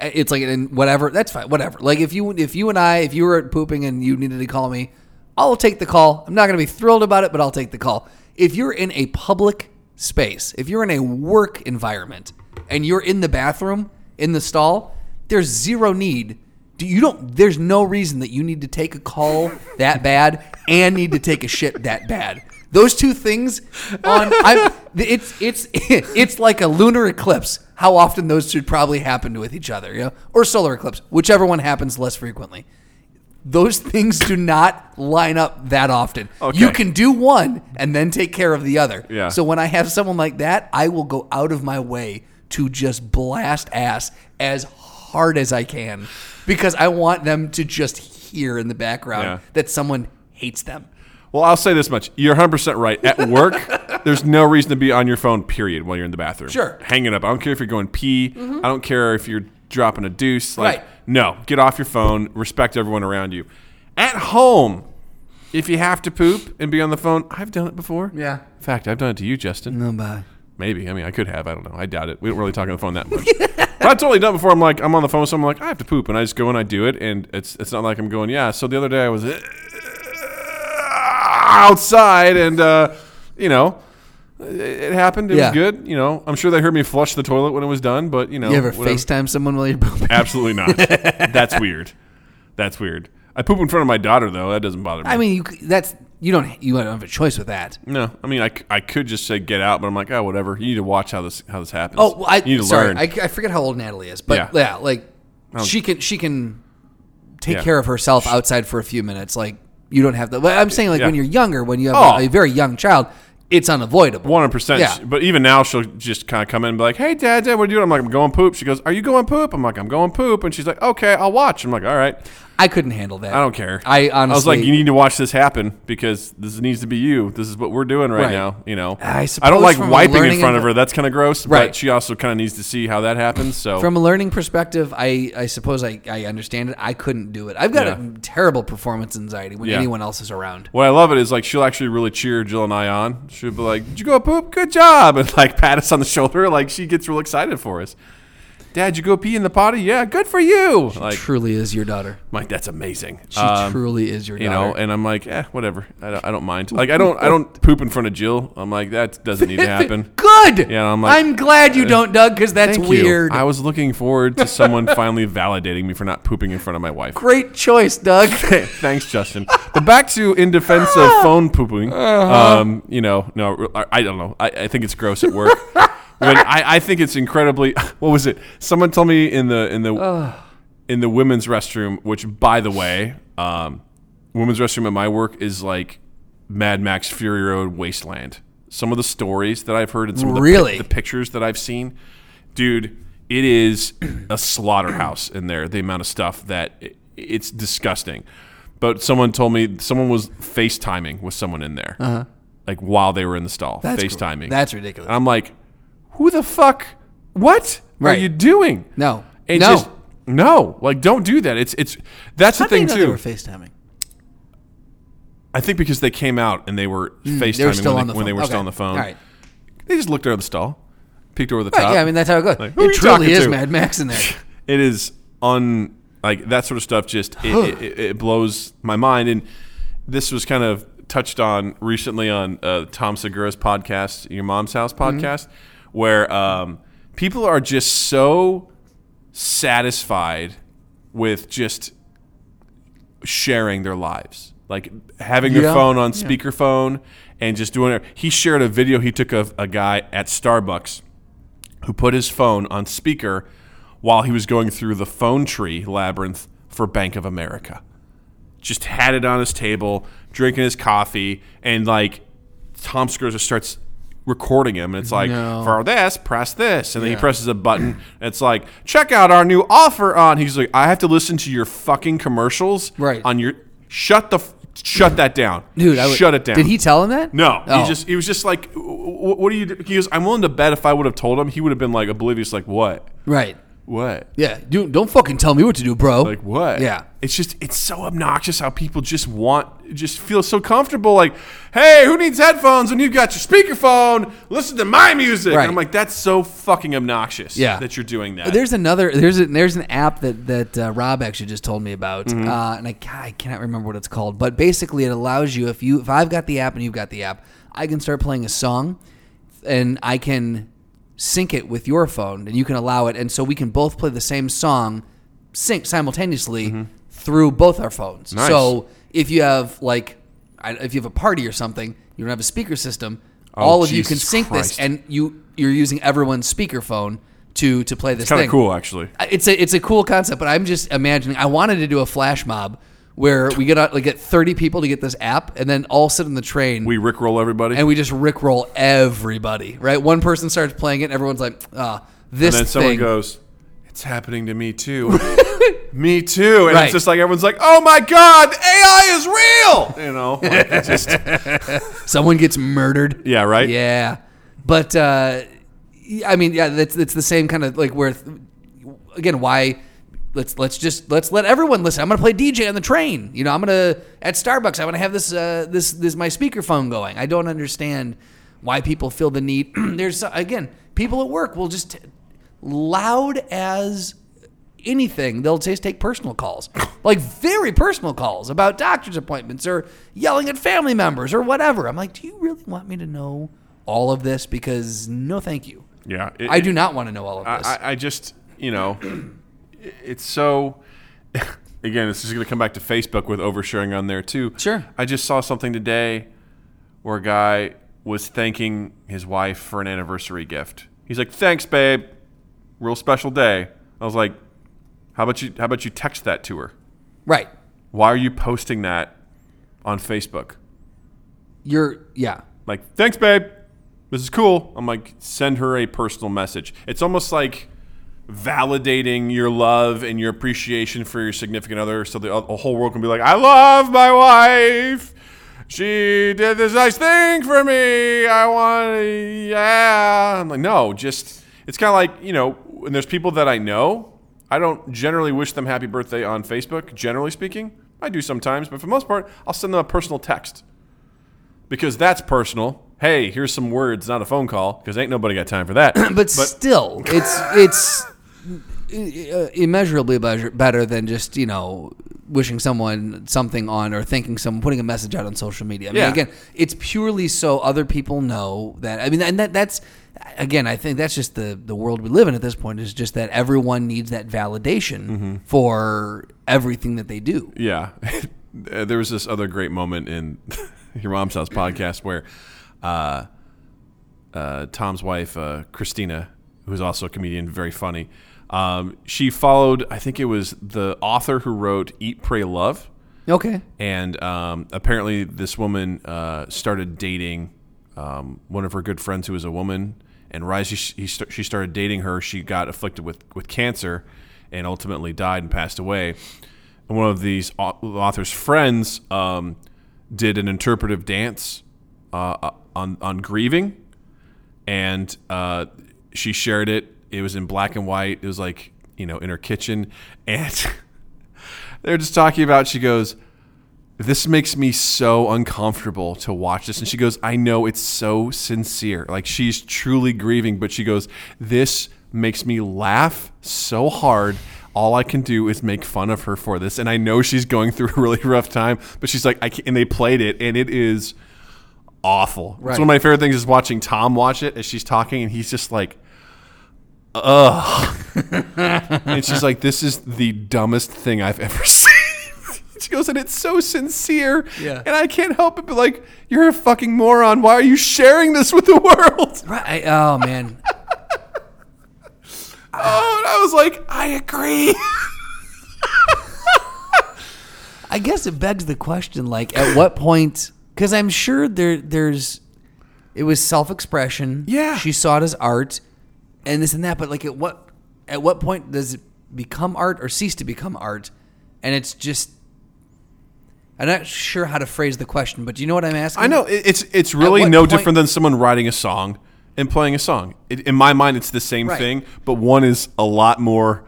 [SPEAKER 2] uh, it's like and whatever. That's fine. Whatever. Like if you if you and I if you were pooping and you needed to call me, I'll take the call. I'm not going to be thrilled about it, but I'll take the call. If you're in a public space, if you're in a work environment, and you're in the bathroom in the stall, there's zero need. Do you don't? There's no reason that you need to take a call that bad and need to take a shit that bad. Those two things on I it's it's it's like a lunar eclipse. How often those should probably happen with each other, you know? Or solar eclipse, whichever one happens less frequently. Those things do not line up that often.
[SPEAKER 1] Okay.
[SPEAKER 2] You can do one and then take care of the other.
[SPEAKER 1] Yeah.
[SPEAKER 2] So when I have someone like that, I will go out of my way to just blast ass as hard as I can because I want them to just hear in the background
[SPEAKER 1] Yeah.
[SPEAKER 2] that someone hates them.
[SPEAKER 1] Well, I'll say this much. You're 100% right. At
[SPEAKER 2] [LAUGHS]
[SPEAKER 1] work, there's no reason to be on your phone, period, while you're in the bathroom.
[SPEAKER 2] Sure. Mm-hmm.
[SPEAKER 1] Hang it up. I don't care if you're going pee. I don't care if you're dropping a deuce. Like,
[SPEAKER 2] Right.
[SPEAKER 1] no, get off your phone. Respect everyone around you. At home, if you have to poop and be on the phone, I've done it before.
[SPEAKER 2] Yeah.
[SPEAKER 1] In fact, I've done it to you, Justin.
[SPEAKER 2] No, bye.
[SPEAKER 1] Maybe. I mean, I could have. I don't know. I doubt it. We don't really talk on the phone that
[SPEAKER 2] [LAUGHS]
[SPEAKER 1] much. but I've totally done it before. I'm like, I'm on the phone, so I'm like, I have to poop, and I just go and I do it, and it's it's not like I'm going, yeah. So the other day I was uh, outside, and uh, you know, it- it happened. It
[SPEAKER 2] Yeah.
[SPEAKER 1] was good. You know, I'm sure they heard me flush the toilet when it was done, but you know,
[SPEAKER 2] You ever
[SPEAKER 1] whatever.
[SPEAKER 2] FaceTime someone while you're [LAUGHS] pooping?
[SPEAKER 1] Absolutely not. That's weird. That's weird. I poop in front of my daughter though. That doesn't bother me.
[SPEAKER 2] I mean, you c- that's you don't you don't have a choice with that.
[SPEAKER 1] no, I mean, I, c- I could just say get out, but I'm like, oh, whatever. You need to watch how this how this happens.
[SPEAKER 2] Oh, well, I
[SPEAKER 1] you need to
[SPEAKER 2] sorry,
[SPEAKER 1] learn.
[SPEAKER 2] I, I forget how old Natalie is, but
[SPEAKER 1] Yeah. Oh.
[SPEAKER 2] yeah, like she can she can take
[SPEAKER 1] Yeah.
[SPEAKER 2] care of herself outside for a few minutes. Like you don't have the. But I'm saying like when
[SPEAKER 1] Yeah.
[SPEAKER 2] you're younger, when you have
[SPEAKER 1] Oh.
[SPEAKER 2] a, a very young child, it's unavoidable.
[SPEAKER 1] One hundred
[SPEAKER 2] Yeah.
[SPEAKER 1] percent. But even now, she'll just kind of come in and be like, "Hey, Dad, Dad, what are you doing?" I'm like, "I'm going poop." She goes, "Are you going poop?" I'm like, "I'm going poop," and she's like, "Okay, I'll watch." I'm like, "All right,
[SPEAKER 2] I couldn't handle that.
[SPEAKER 1] I don't care."
[SPEAKER 2] I honestly,
[SPEAKER 1] I was like, "You need to watch this happen because this needs to be you. This is what we're doing right,
[SPEAKER 2] Right.
[SPEAKER 1] now." You know,
[SPEAKER 2] I
[SPEAKER 1] don't
[SPEAKER 2] suppose
[SPEAKER 1] like
[SPEAKER 2] from a
[SPEAKER 1] wiping in
[SPEAKER 2] learning
[SPEAKER 1] front of
[SPEAKER 2] envi-
[SPEAKER 1] her. That's kind of gross. But
[SPEAKER 2] Right.
[SPEAKER 1] she also kind of needs to see how that happens. So
[SPEAKER 2] From a learning perspective, I, I suppose I, I understand it. I couldn't do it. I've got
[SPEAKER 1] Yeah.
[SPEAKER 2] a terrible performance anxiety when
[SPEAKER 1] Yeah.
[SPEAKER 2] anyone else is around.
[SPEAKER 1] What I love it is like she'll actually really cheer Jill and I on. She'll be like, "Did you go poop? Good job!" [LAUGHS] and like pat us on the shoulder. Like she gets real excited for us. Dad, you go pee in the potty? Yeah, good for you. Like,
[SPEAKER 2] truly is your daughter.
[SPEAKER 1] I'm like that's amazing. Um,
[SPEAKER 2] She truly is your daughter.
[SPEAKER 1] you know, and I'm like, eh, whatever. I don't, I don't mind. Like, I don't, I don't poop in front of Jill. I'm like, that doesn't
[SPEAKER 2] [LAUGHS]
[SPEAKER 1] need to happen.
[SPEAKER 2] Good.
[SPEAKER 1] Yeah, I'm like- uh,
[SPEAKER 2] I'm glad you don't, Doug, because that's
[SPEAKER 1] Thank you.
[SPEAKER 2] weird.
[SPEAKER 1] I was looking forward to
[SPEAKER 2] [LAUGHS]
[SPEAKER 1] someone finally validating me for not pooping in front of my wife.
[SPEAKER 2] Great choice,
[SPEAKER 1] [LAUGHS]
[SPEAKER 2] Doug.
[SPEAKER 1] Thanks, Justin. But back to in defense
[SPEAKER 2] [LAUGHS]
[SPEAKER 1] of phone pooping.
[SPEAKER 2] Uh-huh.
[SPEAKER 1] Um, you know, no, I, I don't know. I, I think it's gross at
[SPEAKER 2] [LAUGHS]
[SPEAKER 1] work. when I, I think it's incredibly. [LAUGHS] What was it? Someone told me in the in the in the women's restroom, which by the way, um, women's restroom at my work is like Mad Max Fury Road wasteland. Some of the stories that I've heard and some of the, pic-
[SPEAKER 2] Really?
[SPEAKER 1] the pictures that I've seen, dude, it is a slaughterhouse in there. The amount of stuff that i it's disgusting. But someone told me someone was FaceTiming with someone in there, uh-huh. like while they were in the stall,
[SPEAKER 2] [LAUGHS] That's cool.
[SPEAKER 1] FaceTiming.
[SPEAKER 2] That's ridiculous.
[SPEAKER 1] And I'm like, who the fuck? What are
[SPEAKER 2] Right.
[SPEAKER 1] you doing?
[SPEAKER 2] No.
[SPEAKER 1] And
[SPEAKER 2] No.
[SPEAKER 1] just- no, like don't do that. It's it's that's the thing too.
[SPEAKER 2] FaceTiming.
[SPEAKER 1] I think because they came out and they were FaceTiming
[SPEAKER 2] Hmm, They were still
[SPEAKER 1] when,
[SPEAKER 2] on
[SPEAKER 1] they,
[SPEAKER 2] the
[SPEAKER 1] when
[SPEAKER 2] phone.
[SPEAKER 1] they were
[SPEAKER 2] okay.
[SPEAKER 1] still on the phone.
[SPEAKER 2] All right.
[SPEAKER 1] They just looked over the stall, peeked over the
[SPEAKER 2] Right,
[SPEAKER 1] top.
[SPEAKER 2] yeah, I mean that's how it goes.
[SPEAKER 1] Like, who are
[SPEAKER 2] it
[SPEAKER 1] you talking
[SPEAKER 2] truly is
[SPEAKER 1] to?
[SPEAKER 2] Mad Max in there.
[SPEAKER 1] [LAUGHS] it is on like that sort of stuff just it, it, it blows my mind and this was kind of touched on recently on uh, tom segura's podcast your mom's house
[SPEAKER 2] Mm-hmm.
[SPEAKER 1] podcast where um, people are just so satisfied with just sharing their lives like having their
[SPEAKER 2] Yeah.
[SPEAKER 1] phone on speakerphone and just doing it he shared a video he took of a guy at starbucks who put his phone on speaker while he was going through the phone tree labyrinth for Bank of America. Just had it on his table, drinking his coffee, and like Tom Scherzer starts recording him, and it's like
[SPEAKER 2] No.
[SPEAKER 1] for this, press this, and then he presses a button. and It's like check out our new offer on. He's like, I have to listen to your fucking commercials,
[SPEAKER 2] Right.
[SPEAKER 1] On your shut the f- shut that down,
[SPEAKER 2] Dude, I would,
[SPEAKER 1] shut it down.
[SPEAKER 2] Did he tell him that?
[SPEAKER 1] No,
[SPEAKER 2] Oh.
[SPEAKER 1] he just he was just like, "Wh- wh- what are you? do-" He goes, I'm willing to bet if I would have told him, he would have been like oblivious, like what?
[SPEAKER 2] Right.
[SPEAKER 1] What?
[SPEAKER 2] Yeah, you don't fucking tell me what to do, bro.
[SPEAKER 1] Like what?
[SPEAKER 2] Yeah.
[SPEAKER 1] It's just it's so obnoxious how people just want just feel so comfortable like, hey, who needs headphones when you've got your speakerphone? Listen to my music.
[SPEAKER 2] Right.
[SPEAKER 1] And I'm like, that's so fucking obnoxious
[SPEAKER 2] Yeah.
[SPEAKER 1] that you're doing that.
[SPEAKER 2] There's another. There's a, there's an app that that uh, Rob actually just told me about,
[SPEAKER 1] Mm-hmm.
[SPEAKER 2] uh, and I, ca- I cannot remember what it's called. But basically, it allows you if you if I've got the app and you've got the app, I can start playing a song, and I can sync it with your phone, and you can allow it, and so we can both play the same song, sync simultaneously through both our phones.
[SPEAKER 1] Mm-hmm. Nice.
[SPEAKER 2] So if you have like I- if you have a party or something, you don't have a speaker system.
[SPEAKER 1] Oh,
[SPEAKER 2] all of you can
[SPEAKER 1] Jesus
[SPEAKER 2] sync
[SPEAKER 1] Christ.
[SPEAKER 2] this, and you you're using everyone's speakerphone to to play this
[SPEAKER 1] kind
[SPEAKER 2] thing.
[SPEAKER 1] of cool actually.
[SPEAKER 2] It's a it's a cool concept, but I'm just imagining. I wanted to do a flash mob where we get out, like get 30 people to get this app, and then all sit on the train.
[SPEAKER 1] We rickroll everybody.
[SPEAKER 2] and we just rickroll everybody, right? One person starts playing it, and everyone's like, "Ah, this
[SPEAKER 1] and then someone
[SPEAKER 2] thing."
[SPEAKER 1] goes, "It's happening to me
[SPEAKER 2] [LAUGHS]
[SPEAKER 1] too, me too." And
[SPEAKER 2] Right.
[SPEAKER 1] it's just like everyone's like, "Oh my god, AI is real!" You know, like,
[SPEAKER 2] [LAUGHS]
[SPEAKER 1] it's just
[SPEAKER 2] someone gets murdered.
[SPEAKER 1] yeah, right.
[SPEAKER 2] Yeah, but uh, y- I mean, yeah, that's that's the same kind of like where, th- again, why? Let's let's just let's let everyone listen. I'm gonna play DJ on the train. You know, I'm gonna at Starbucks. I'm gonna have this uh, this this my speakerphone going. I don't understand why people feel the need. [CLEARS THROAT] There's again, people at work will just loud as anything. They'll just take personal
[SPEAKER 1] [LAUGHS]
[SPEAKER 2] calls, like very personal calls about doctor's appointments or yelling at family members or whatever. I'm like, do you really want me to know all of this? Because no, thank you.
[SPEAKER 1] yeah. It-
[SPEAKER 2] I
[SPEAKER 1] it-
[SPEAKER 2] do not want to know all of this.
[SPEAKER 1] I, I- I just, you know, it- it's so. [LAUGHS] Again, this is going to come back to Facebook with oversharing on there too.
[SPEAKER 2] Sure.
[SPEAKER 1] I just saw something today where a guy was thanking his wife for an anniversary gift. He's like, "Thanks, babe. Real special day." I was like, "How about you? How about you text that to her?
[SPEAKER 2] right.
[SPEAKER 1] Why are you posting that on Facebook?"
[SPEAKER 2] You're yeah.
[SPEAKER 1] like, thanks, babe. This is cool. I'm like, send her a personal message. It's almost like validating your love and your appreciation for your significant other so the, the whole world can be like, I love my wife. She did this nice thing for me. I want, yeah. I'm like, no, just, it's kind of like, you know, when there's people that I know, I don't generally wish them happy birthday on Facebook, generally speaking. I do sometimes, but for the most part, I'll send them a personal text because that's personal. Hey, here's some words, not a phone call, because ain't nobody got time for that.
[SPEAKER 2] But, [LAUGHS] still, it's it's uh, immeasurably better better than just you know wishing someone something on or thinking someone putting a message out on social media. I mean,
[SPEAKER 1] Yeah.
[SPEAKER 2] again, it's purely so other people know that. I mean, and that that's again, I think that's just the the world we live in at this point is just that everyone needs that validation for everything that they do.
[SPEAKER 1] yeah, [LAUGHS] Uh, there was this other great moment in [LAUGHS] your mom's house podcast where uh, uh, Tom's wife, uh, Christina, who's also a comedian, very funny. Um, she followed, I think it was the author who wrote "Eat, Pray, Love."
[SPEAKER 2] Okay.
[SPEAKER 1] and um, apparently this woman uh, started dating um, one of her good friends who was a woman and right as she, he st- she started dating her she got afflicted with, with cancer and ultimately died and passed away and one of these au- author's friends um, did an interpretive dance uh, uh, on, on grieving and uh, she shared it it was in black and white it was like you know in her kitchen and [LAUGHS] they're just talking about she goes this makes me so uncomfortable to watch this. And she goes, I know it's so sincere. Like she's truly grieving, but she goes, This makes me laugh so hard. All I can do is make fun of her for this. And I know she's going through a really rough time, but she's like, I can't. And they played it, and it is awful. It's
[SPEAKER 2] Right.
[SPEAKER 1] one of my favorite things is watching Tom watch it as she's talking, and he's just like, and she's like, "This is the dumbest thing I've ever [LAUGHS] seen." she goes, and it's so sincere.
[SPEAKER 2] Yeah.
[SPEAKER 1] And I can't help it, but like, you're a fucking moron. Why are you sharing this with the world?
[SPEAKER 2] Right. I- oh man.
[SPEAKER 1] Oh, and I was like, I agree. [LAUGHS]
[SPEAKER 2] I guess it begs the question, like, at what point? Because I'm sure there, there's, it was self-expression.
[SPEAKER 1] Yeah.
[SPEAKER 2] she saw it as art, and this and that. But like, at what, at what point does it become art or cease to become art? And it's just, I'm not sure how to phrase the question, but do you know what I'm asking?
[SPEAKER 1] I know it- it's it's really
[SPEAKER 2] what
[SPEAKER 1] no
[SPEAKER 2] point-
[SPEAKER 1] different than someone writing a song and playing a song. It, in my mind, it's the same
[SPEAKER 2] Right.
[SPEAKER 1] thing, but one is a lot more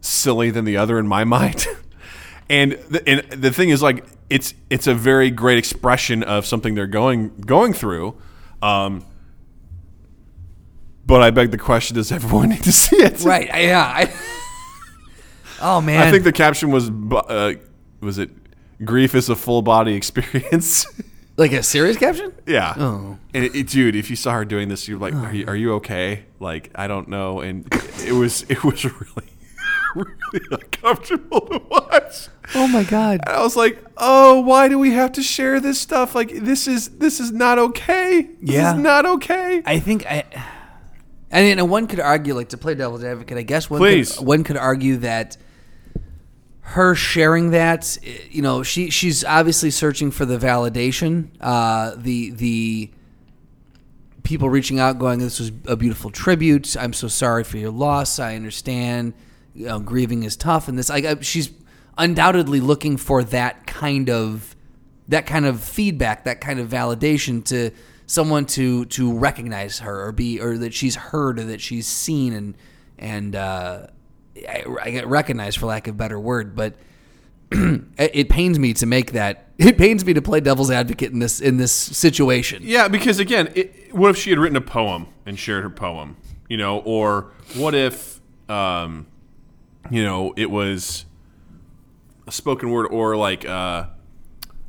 [SPEAKER 1] silly than the other in my [LAUGHS] mind. and the, and the thing is, like, it's it's a very great expression of something they're going going through. Um, but I beg the question: Does everyone [LAUGHS] need to see it?
[SPEAKER 2] Right. I- Yeah. [LAUGHS] I, oh man.
[SPEAKER 1] I think the caption was, bu- uh, was it, grief is a full body experience. [LAUGHS]
[SPEAKER 2] like a serious caption.
[SPEAKER 1] yeah.
[SPEAKER 2] Oh.
[SPEAKER 1] And it, it- dude, if you saw her doing this, you're like, are you, are you okay? Like, I don't know. And it was, it was really, [LAUGHS] really uncomfortable to watch.
[SPEAKER 2] Oh my god.
[SPEAKER 1] And I was like, oh, why do we have to share this stuff? Like, this is, this is not okay. This
[SPEAKER 2] Yeah.
[SPEAKER 1] is not okay.
[SPEAKER 2] I think I. I mean, and one could argue, like to play devil's advocate. I guess one
[SPEAKER 1] Please.
[SPEAKER 2] could, one could argue that her sharing that, eh, you know, she she's obviously searching for the validation, uh, the the people reaching out, going, "This was a beautiful tribute. I'm so sorry for your loss. I understand. You know, grieving is tough, and this. Like, I, she's undoubtedly looking for that kind of that kind of feedback, that kind of validation to someone to to recognize her or be or that she's heard or that she's seen and and uh, I, I get recognized for lack of a better word, but [CLEARS THROAT] it, it pains me to make that. [LAUGHS] It pains me to play devil's advocate in this in this situation. [LAUGHS]
[SPEAKER 1] Yeah, because again, it, what if she had written a poem and shared her poem? You know, or what if, um, you know, it was a spoken word or like uh,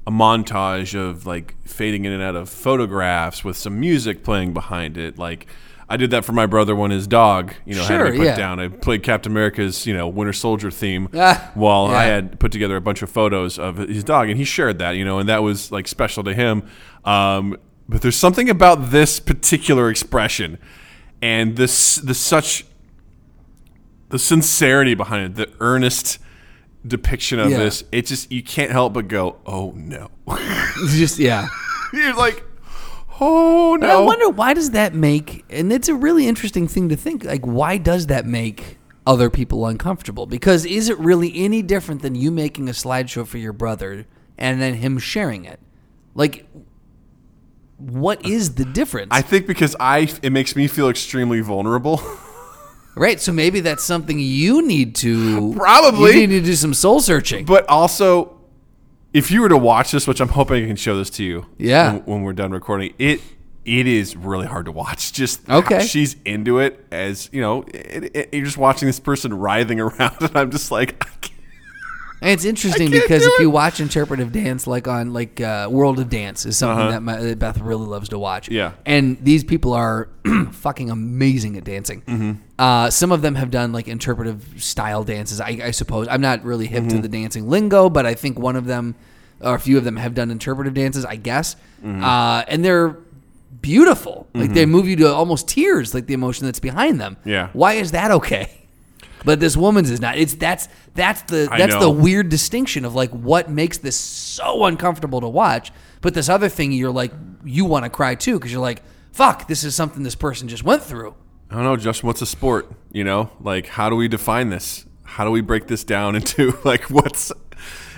[SPEAKER 1] a montage of like fading in and out of photographs with some music playing behind it. Like I did that for my brother when his dog, you know, had to
[SPEAKER 2] Sure,
[SPEAKER 1] be put
[SPEAKER 2] yeah.
[SPEAKER 1] down. I played Captain America's, you know, Winter Soldier theme
[SPEAKER 2] Ah,
[SPEAKER 1] while I
[SPEAKER 2] [LAUGHS] yeah.
[SPEAKER 1] had put together a bunch of photos of his dog, and he shared that, you know, and that was like special to him. Um, but there's something about this particular expression and this the such the sincerity behind it, the earnest depiction of
[SPEAKER 2] Yeah.
[SPEAKER 1] this. It just you can't help but go, oh no. [LAUGHS]
[SPEAKER 2] just yeah.
[SPEAKER 1] You're like, oh no.
[SPEAKER 2] But I wonder why does that make and it's a really interesting thing to think like why does that make other people uncomfortable? Because is it really any different than you making a slideshow for your brother and then him sharing it? Like what is the difference?
[SPEAKER 1] Uh, I think because I it makes me feel extremely vulnerable. [LAUGHS]
[SPEAKER 2] right, so maybe that's something you need to
[SPEAKER 1] Probably.
[SPEAKER 2] you need to do some soul searching.
[SPEAKER 1] But also, if you were to watch this, which I'm hoping I can show this to you,
[SPEAKER 2] Yeah.
[SPEAKER 1] when, when we're done recording, it it is really hard to watch. [LAUGHS] Just
[SPEAKER 2] Okay.
[SPEAKER 1] how she's into it as you know, it, it- you're just watching this person writhing [LAUGHS] around, and I'm just like, I can't.
[SPEAKER 2] And it's interesting
[SPEAKER 1] can't
[SPEAKER 2] because
[SPEAKER 1] do
[SPEAKER 2] if
[SPEAKER 1] it.
[SPEAKER 2] you watch interpretive dance, like on like uh, World of Dance, is something that, my, that Beth really loves to watch.
[SPEAKER 1] Uh-huh. Yeah.
[SPEAKER 2] and these people are [CLEARS THROAT] fucking amazing at dancing.
[SPEAKER 1] Mm-hmm.
[SPEAKER 2] Uh, some of them have done like interpretive style dances. I, I suppose I'm not really hip
[SPEAKER 1] Mm-hmm.
[SPEAKER 2] to the dancing lingo, but I think one of them or a few of them have done interpretive dances. I guess,
[SPEAKER 1] Mm-hmm.
[SPEAKER 2] uh, and they're beautiful. Like they move you to almost tears, like the emotion that's behind them.
[SPEAKER 1] Yeah.
[SPEAKER 2] why is that okay? But this woman's is not. It's that's that's the
[SPEAKER 1] I
[SPEAKER 2] that's
[SPEAKER 1] know.
[SPEAKER 2] the weird distinction of like what makes this so uncomfortable to watch. But this other thing, you're like you want to cry too because you're like, fuck, this is something this person just went through.
[SPEAKER 1] I don't know, Justin. What's a sport? You know, like how do we define this? How do we break this down [LAUGHS] into like what's,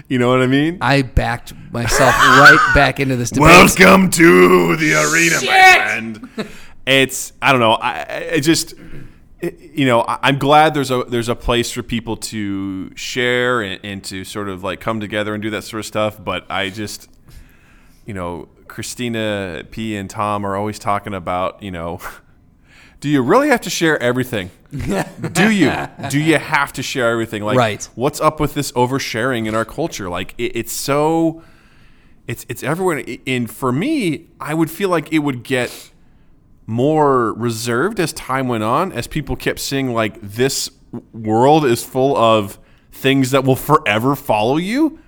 [SPEAKER 1] you know what I mean?
[SPEAKER 2] I backed
[SPEAKER 1] [LAUGHS]
[SPEAKER 2] myself right back into this debate.
[SPEAKER 1] Welcome to the arena, my friend. It's I don't know. I, I it just it- you know I, I'm glad there's a there's a place for people to share and, and to sort of like come together and do that sort of stuff. But I just you know Christina P and Tom are always talking about you know. [LAUGHS] Do you really have to share everything? do you? Do you have to share everything? Like,
[SPEAKER 2] Right.
[SPEAKER 1] what's up with this oversharing in our culture? Like, it, it's so it's it's everywhere. And for me, I would feel like it would get more reserved as time went on, as people kept seeing like this world is full of things that will forever follow you,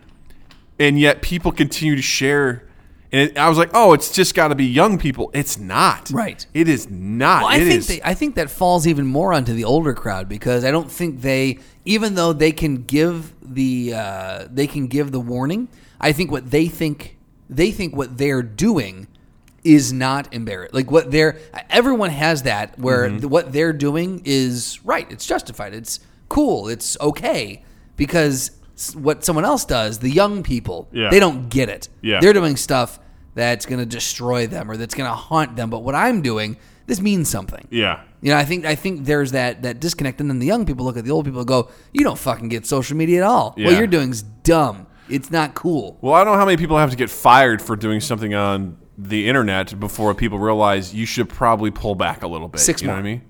[SPEAKER 1] and yet people continue to share. And it, I was like, oh, it's just got to be young people. It's not
[SPEAKER 2] Right.
[SPEAKER 1] It is not.
[SPEAKER 2] Well, I
[SPEAKER 1] It
[SPEAKER 2] think
[SPEAKER 1] is-
[SPEAKER 2] they, I think that falls even more onto the older crowd because I don't think they, even though they can give the uh, they can give the warning. I think what they think they think what they're doing is not embarrassed. Like what they're everyone has that where
[SPEAKER 1] Mm-hmm.
[SPEAKER 2] th- what they're doing is right. It's justified. It's cool. It's okay because s- what someone else does, the young people,
[SPEAKER 1] Yeah.
[SPEAKER 2] they don't get it.
[SPEAKER 1] Yeah.
[SPEAKER 2] They're doing stuff that's going to destroy them or that's going to haunt them. But what I'm doing this means something.
[SPEAKER 1] Yeah.
[SPEAKER 2] You know, I think I think there's that that disconnect, and then the young people look at the old people and go, "You don't fucking get social media at all.
[SPEAKER 1] Yeah.
[SPEAKER 2] What you're doing's dumb. It's not cool."
[SPEAKER 1] Well, I don't know how many people have to get fired for doing something on the internet before people realize you should probably pull back a little bit.
[SPEAKER 2] Six
[SPEAKER 1] you know
[SPEAKER 2] more.
[SPEAKER 1] what
[SPEAKER 2] [LAUGHS]
[SPEAKER 1] I mean?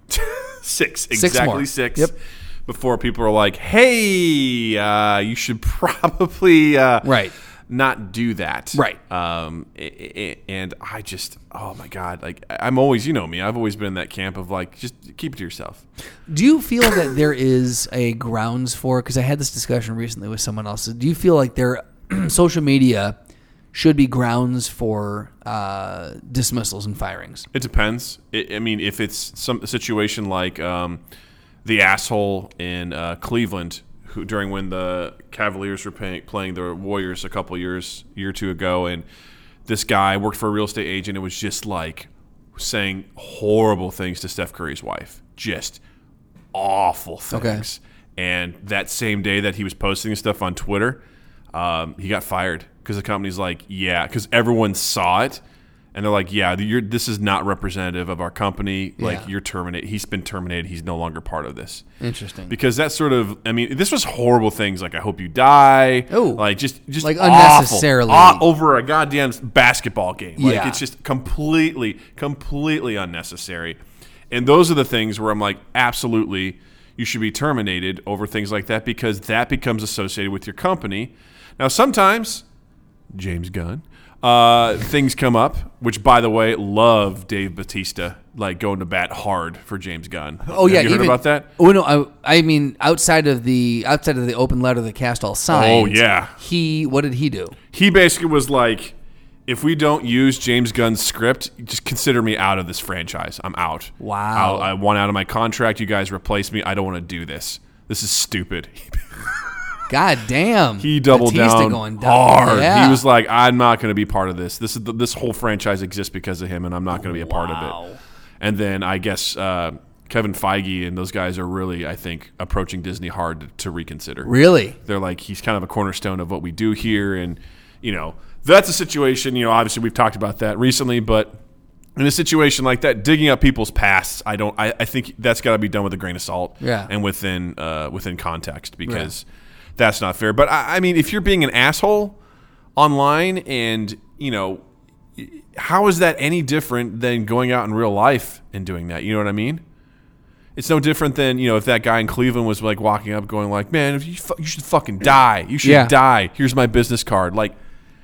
[SPEAKER 1] six,
[SPEAKER 2] more.
[SPEAKER 1] exactly six.
[SPEAKER 2] Yep.
[SPEAKER 1] Before people are like, "Hey, uh, you should [LAUGHS] probably uh,
[SPEAKER 2] Right.
[SPEAKER 1] not do that."
[SPEAKER 2] Right.
[SPEAKER 1] Um, i- i- and I just, oh my god, like I- I'm always, you know me, I've always been in that camp of like, just keep it to yourself.
[SPEAKER 2] Do you feel that there is a grounds for? Because I had this discussion recently with someone else. Do you feel like there, [CLEARS THROAT] social media, should be grounds for uh, dismissals and firings?
[SPEAKER 1] It depends. I I mean, if it's some a situation like um, the asshole in uh, Cleveland, who during when the Cavaliers were pay, playing the Warriors a couple years, year or two ago, and this guy worked for a real estate agent and was just like saying horrible things to Steph Curry's wife, just awful
[SPEAKER 2] Okay.
[SPEAKER 1] things. And that same day that he was posting stuff on Twitter, um, he got fired because the company's like, yeah, because everyone saw it, and they're like, yeah, you're, this is not representative of our company. Like
[SPEAKER 2] Yeah.
[SPEAKER 1] you're terminated. He's been terminated. He's no longer part of this.
[SPEAKER 2] Interesting.
[SPEAKER 1] Because that sort of, I mean, this was horrible things. Like I hope you die.
[SPEAKER 2] Oh.
[SPEAKER 1] like just just
[SPEAKER 2] Like,
[SPEAKER 1] awful.
[SPEAKER 2] unnecessarily.
[SPEAKER 1] Aw- over a goddamn basketball game. Like
[SPEAKER 2] Yeah.
[SPEAKER 1] it's just completely, completely unnecessary. And those are the things where I'm like, absolutely, you should be terminated over things like that because that becomes associated with your company. Now, sometimes James Gunn. Uh, things come up, which by the way, love Dave Batista, like going to bat hard for James Gunn.
[SPEAKER 2] Oh
[SPEAKER 1] Have
[SPEAKER 2] yeah,
[SPEAKER 1] you heard
[SPEAKER 2] even-
[SPEAKER 1] about that?
[SPEAKER 2] Oh no, I, I mean outside of the outside of the open letter the cast all signed.
[SPEAKER 1] Oh, yeah.
[SPEAKER 2] He what did he do?
[SPEAKER 1] He basically was like, if we don't use James Gunn's script, just consider me out of this franchise. I'm out.
[SPEAKER 2] Wow.
[SPEAKER 1] I'll- I want out of my contract. You guys replace me. I don't want to do this. This is stupid. [LAUGHS]
[SPEAKER 2] God damn.
[SPEAKER 1] He doubled
[SPEAKER 2] Batista
[SPEAKER 1] down,
[SPEAKER 2] going down.
[SPEAKER 1] hard.
[SPEAKER 2] Yeah.
[SPEAKER 1] He was like, "I'm not going to be part of this. This is this whole franchise exists because of him, and I'm not going to be a part of it." And then I guess uh, Kevin Feige and those guys are really, I think, approaching Disney hard to, to reconsider.
[SPEAKER 2] really.
[SPEAKER 1] They're like, he's kind of a cornerstone of what we do here, and you know, that's a situation. You know, obviously we've talked about that recently, but in a situation like that, digging up people's pasts, I don't. I, I think that's got to be done with a grain of salt,
[SPEAKER 2] Yeah.
[SPEAKER 1] and within uh, within context because that's not fair. But I, I mean, if you're being an asshole online, and you know, how is that any different than going out in real life and doing that? You know what I mean? It's no different than you know if that guy in Cleveland was like walking up, going like, "Man, if you fu- you should fucking die. You should
[SPEAKER 2] Yeah.
[SPEAKER 1] die. Here's my business card." Like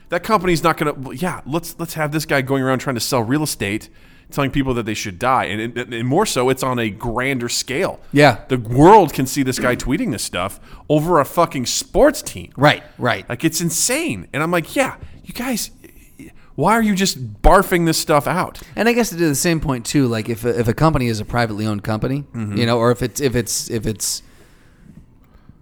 [SPEAKER 1] that company's not gonna. well, Yeah, let's let's have this guy going around trying to sell real estate, telling people that they should die, and, and, and more so, it's on a grander scale.
[SPEAKER 2] Yeah.
[SPEAKER 1] the world can see this guy tweeting this stuff over a fucking sports team.
[SPEAKER 2] Right, right.
[SPEAKER 1] Like it's insane, and I'm like, yeah, you guys, why are you just barfing this stuff out?
[SPEAKER 2] And I guess to do the same point too, like if a, if a company is a privately owned company,
[SPEAKER 1] Mm-hmm.
[SPEAKER 2] you know, or if it's if it's if it's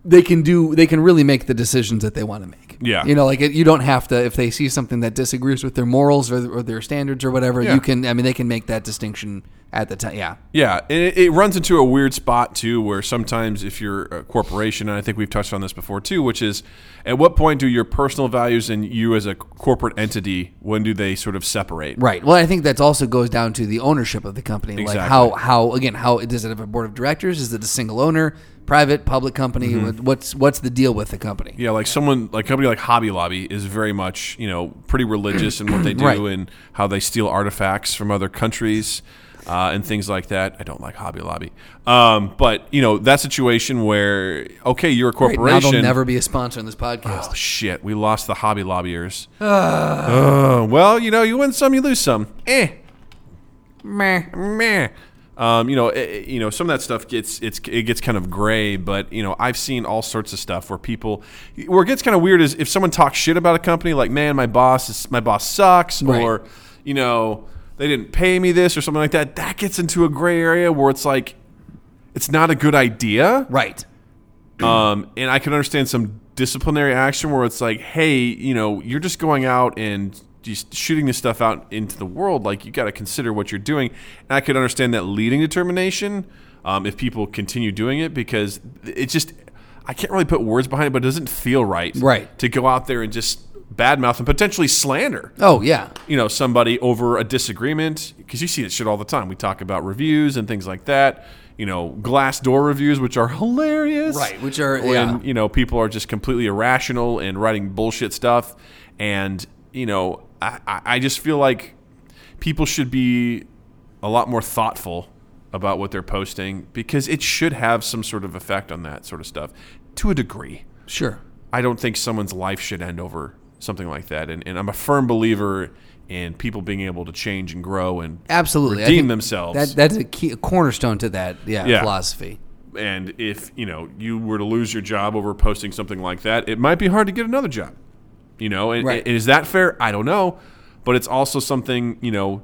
[SPEAKER 2] they can do they can really make the decisions that they want to make.
[SPEAKER 1] Yeah.
[SPEAKER 2] you know, like it, you don't have to if they see something that disagrees with their morals or, or their standards or whatever.
[SPEAKER 1] Yeah.
[SPEAKER 2] You can, I mean, they can make that distinction at the time. Yeah,
[SPEAKER 1] Yeah, and it, it runs into a weird spot too, where sometimes if you're a corporation, and I think we've touched on this before too, which is at what point do your personal values and you as a corporate entity when do they sort of separate?
[SPEAKER 2] right. Well, I think that also goes down to the ownership of the company, like
[SPEAKER 1] Exactly.
[SPEAKER 2] how how again how does it have a board of directors? Is it a single owner, private, public company?
[SPEAKER 1] Mm-hmm.
[SPEAKER 2] What What's what's the deal with the company?
[SPEAKER 1] Yeah, like someone like a company like Hobby Lobby is very much you know pretty religious in what
[SPEAKER 2] [CLEARS THROAT]
[SPEAKER 1] they do
[SPEAKER 2] Right.
[SPEAKER 1] and how they steal artifacts from other countries uh, and things like that. I don't like Hobby Lobby, um, but you know that situation where okay, you're a
[SPEAKER 2] Right now,
[SPEAKER 1] corporation.
[SPEAKER 2] they'll never be a sponsor on this podcast.
[SPEAKER 1] Oh shit, we lost the Hobby [SIGHS] Lobbyers. Ugh. Uh, well, you know, you win some, you lose some. Eh,
[SPEAKER 2] Meh.
[SPEAKER 1] meh. Um, you know, eh, eh, you know, some of that stuff gets it's it gets kind of gray, but you know, I've seen all sorts of stuff where people where it gets kind of weird is if someone talks shit about a company, like man, my boss is my boss sucks,
[SPEAKER 2] Right.
[SPEAKER 1] or you know, they didn't pay me this or something like that. That gets into a gray area where it's like, it's not a good idea,
[SPEAKER 2] Right.
[SPEAKER 1] Um, and I can understand some disciplinary action where it's like, hey, you know, you're just going out and just shooting this stuff out into the world. Like, you got to consider what you're doing. And I could understand that leading to termination um, if people continue doing it because it just, I can't really put words behind it, but it doesn't feel right.
[SPEAKER 2] Right.
[SPEAKER 1] To go out there and just badmouth and potentially slander
[SPEAKER 2] Oh yeah.
[SPEAKER 1] you know somebody over a disagreement because you see this shit all the time. We talk about reviews and things like that. You know, glass door reviews, which are hilarious,
[SPEAKER 2] Right, which are-
[SPEAKER 1] when
[SPEAKER 2] yeah.
[SPEAKER 1] you know people are just completely irrational and writing bullshit stuff. And you know, I, I I just feel like people should be a lot more thoughtful about what they're posting because it should have some sort of effect on that sort of stuff to a degree.
[SPEAKER 2] Sure.
[SPEAKER 1] I don't think someone's life should end over something like that. And, and I'm a firm believer in people being able to change and grow and
[SPEAKER 2] Absolutely. I
[SPEAKER 1] Redeem
[SPEAKER 2] think
[SPEAKER 1] themselves.
[SPEAKER 2] That that's a key a cornerstone to that yeah,
[SPEAKER 1] Yeah.
[SPEAKER 2] philosophy.
[SPEAKER 1] and if you know you were to lose your job over posting something like that, it might be hard to get another job. You know, and,
[SPEAKER 2] Right.
[SPEAKER 1] and is that fair? I don't know, but it's also something you know.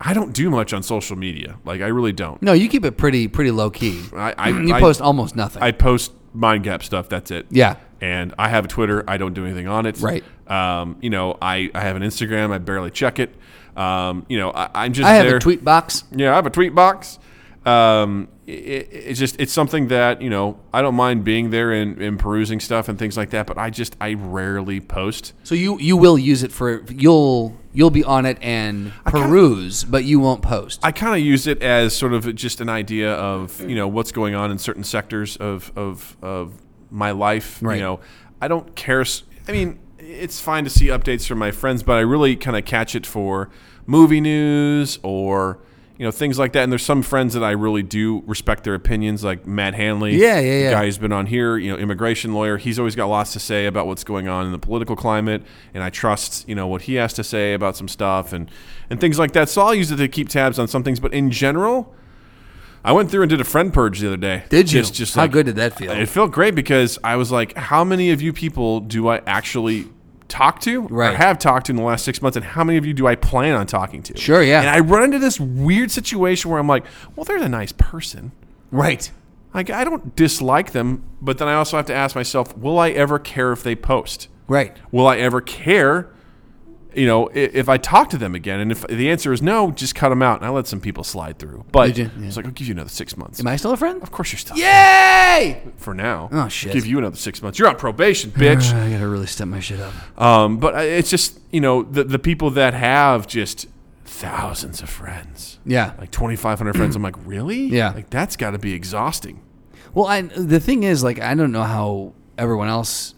[SPEAKER 1] I don't do much on social media. Like I really don't.
[SPEAKER 2] No, you keep it pretty pretty low key.
[SPEAKER 1] I, I
[SPEAKER 2] [CLEARS THROAT] you
[SPEAKER 1] I-
[SPEAKER 2] post almost nothing.
[SPEAKER 1] I post mind gap stuff. That's it.
[SPEAKER 2] Yeah.
[SPEAKER 1] And I have a Twitter. I don't do anything on it.
[SPEAKER 2] Right.
[SPEAKER 1] Um, you know, I, I have an Instagram. I barely check it. Um, you know, I, I'm just
[SPEAKER 2] I have
[SPEAKER 1] there.
[SPEAKER 2] a tweet box.
[SPEAKER 1] Yeah, I have a tweet box. Um, i it, it's just it's something that you know I don't mind being there and, and perusing stuff and things like that. But I just I rarely post.
[SPEAKER 2] So you you will use it for you'll you'll be on it and peruse, but you won't post.
[SPEAKER 1] I kind of use it as sort of just an idea of you know what's going on in certain sectors of of, of my life.
[SPEAKER 2] Right.
[SPEAKER 1] You know, I don't care. s- I mean, it's fine to see updates from my friends, but I really kind of catch it for movie news or you know things like that. And there's some friends that I really do respect their opinions, like Matt Hanley.
[SPEAKER 2] Yeah, yeah,
[SPEAKER 1] the
[SPEAKER 2] yeah.
[SPEAKER 1] guy who's been on here, you know, immigration lawyer. He's always got lots to say about what's going on in the political climate, and I trust you know what he has to say about some stuff and and things like that. So I'll use it to keep tabs on some things, but in general, I went through and did a friend purge the other day.
[SPEAKER 2] Did you?
[SPEAKER 1] Just, just
[SPEAKER 2] How
[SPEAKER 1] like-
[SPEAKER 2] good did that feel?
[SPEAKER 1] It felt great because I was like, how many of you people do I actually talk to
[SPEAKER 2] Right.
[SPEAKER 1] or have talked to in the last six months and how many of you do i plan on talking to
[SPEAKER 2] Sure, yeah.
[SPEAKER 1] and i run into this weird situation where i'm like well they're a nice person
[SPEAKER 2] right.
[SPEAKER 1] like I don't dislike them, but then I also have to ask myself, will I ever care if they post?
[SPEAKER 2] Right.
[SPEAKER 1] Will I ever care? You know, i- if I talk to them again, and if the answer is no, just cut them out, and I let some people slide through. But
[SPEAKER 2] Did you?
[SPEAKER 1] it's like I'll give you another six months.
[SPEAKER 2] Am I still a friend?
[SPEAKER 1] of course, you're still
[SPEAKER 2] Yay!
[SPEAKER 1] for now.
[SPEAKER 2] Oh, shit.
[SPEAKER 1] Give you another six months. You're on
[SPEAKER 2] [SIGHS]
[SPEAKER 1] probation, bitch.
[SPEAKER 2] I gotta really step my shit up.
[SPEAKER 1] Um, but I- it's just you know the the people that have just thousands of friends,
[SPEAKER 2] Yeah.
[SPEAKER 1] like 2,500 friends. I'm like, really?
[SPEAKER 2] Yeah.
[SPEAKER 1] like that's got to be exhausting.
[SPEAKER 2] Well, I, the thing is, like, I don't know how everyone else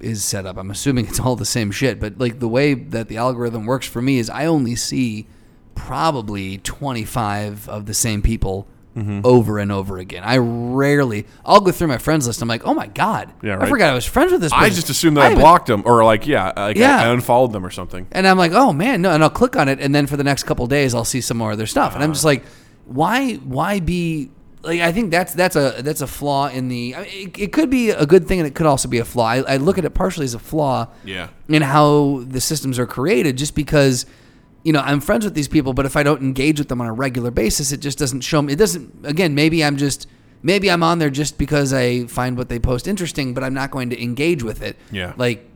[SPEAKER 2] is set up. I'm assuming it's all the same shit, but like the way that the algorithm works for me is I only see probably 25 of the same people
[SPEAKER 1] Mm-hmm.
[SPEAKER 2] over and over again. I rarely, I'll go through my friends list. I'm like, oh my god,
[SPEAKER 1] Yeah,
[SPEAKER 2] I
[SPEAKER 1] right.
[SPEAKER 2] forgot I was friends with this.
[SPEAKER 1] I
[SPEAKER 2] person.
[SPEAKER 1] just assumed that I,
[SPEAKER 2] haven't-
[SPEAKER 1] blocked them or like yeah, like I-
[SPEAKER 2] Yeah.
[SPEAKER 1] I, unfollowed them or something.
[SPEAKER 2] And I'm like, oh man, no. And I'll click on it, and then for the next couple days, I'll see some more of their stuff, and I'm just like, why, why be like? I think that's that's a that's a flaw in the. I mean, it, it could be a good thing, and it could also be a flaw. I, I look at it partially as a flaw
[SPEAKER 1] Yeah.
[SPEAKER 2] in how the systems are created, just because you know I'm friends with these people, but if I don't engage with them on a regular basis, it just doesn't show me. It doesn't. Again, maybe I'm just. Maybe I'm on there just because I find what they post interesting, but I'm not going to engage with it.
[SPEAKER 1] Yeah.
[SPEAKER 2] Like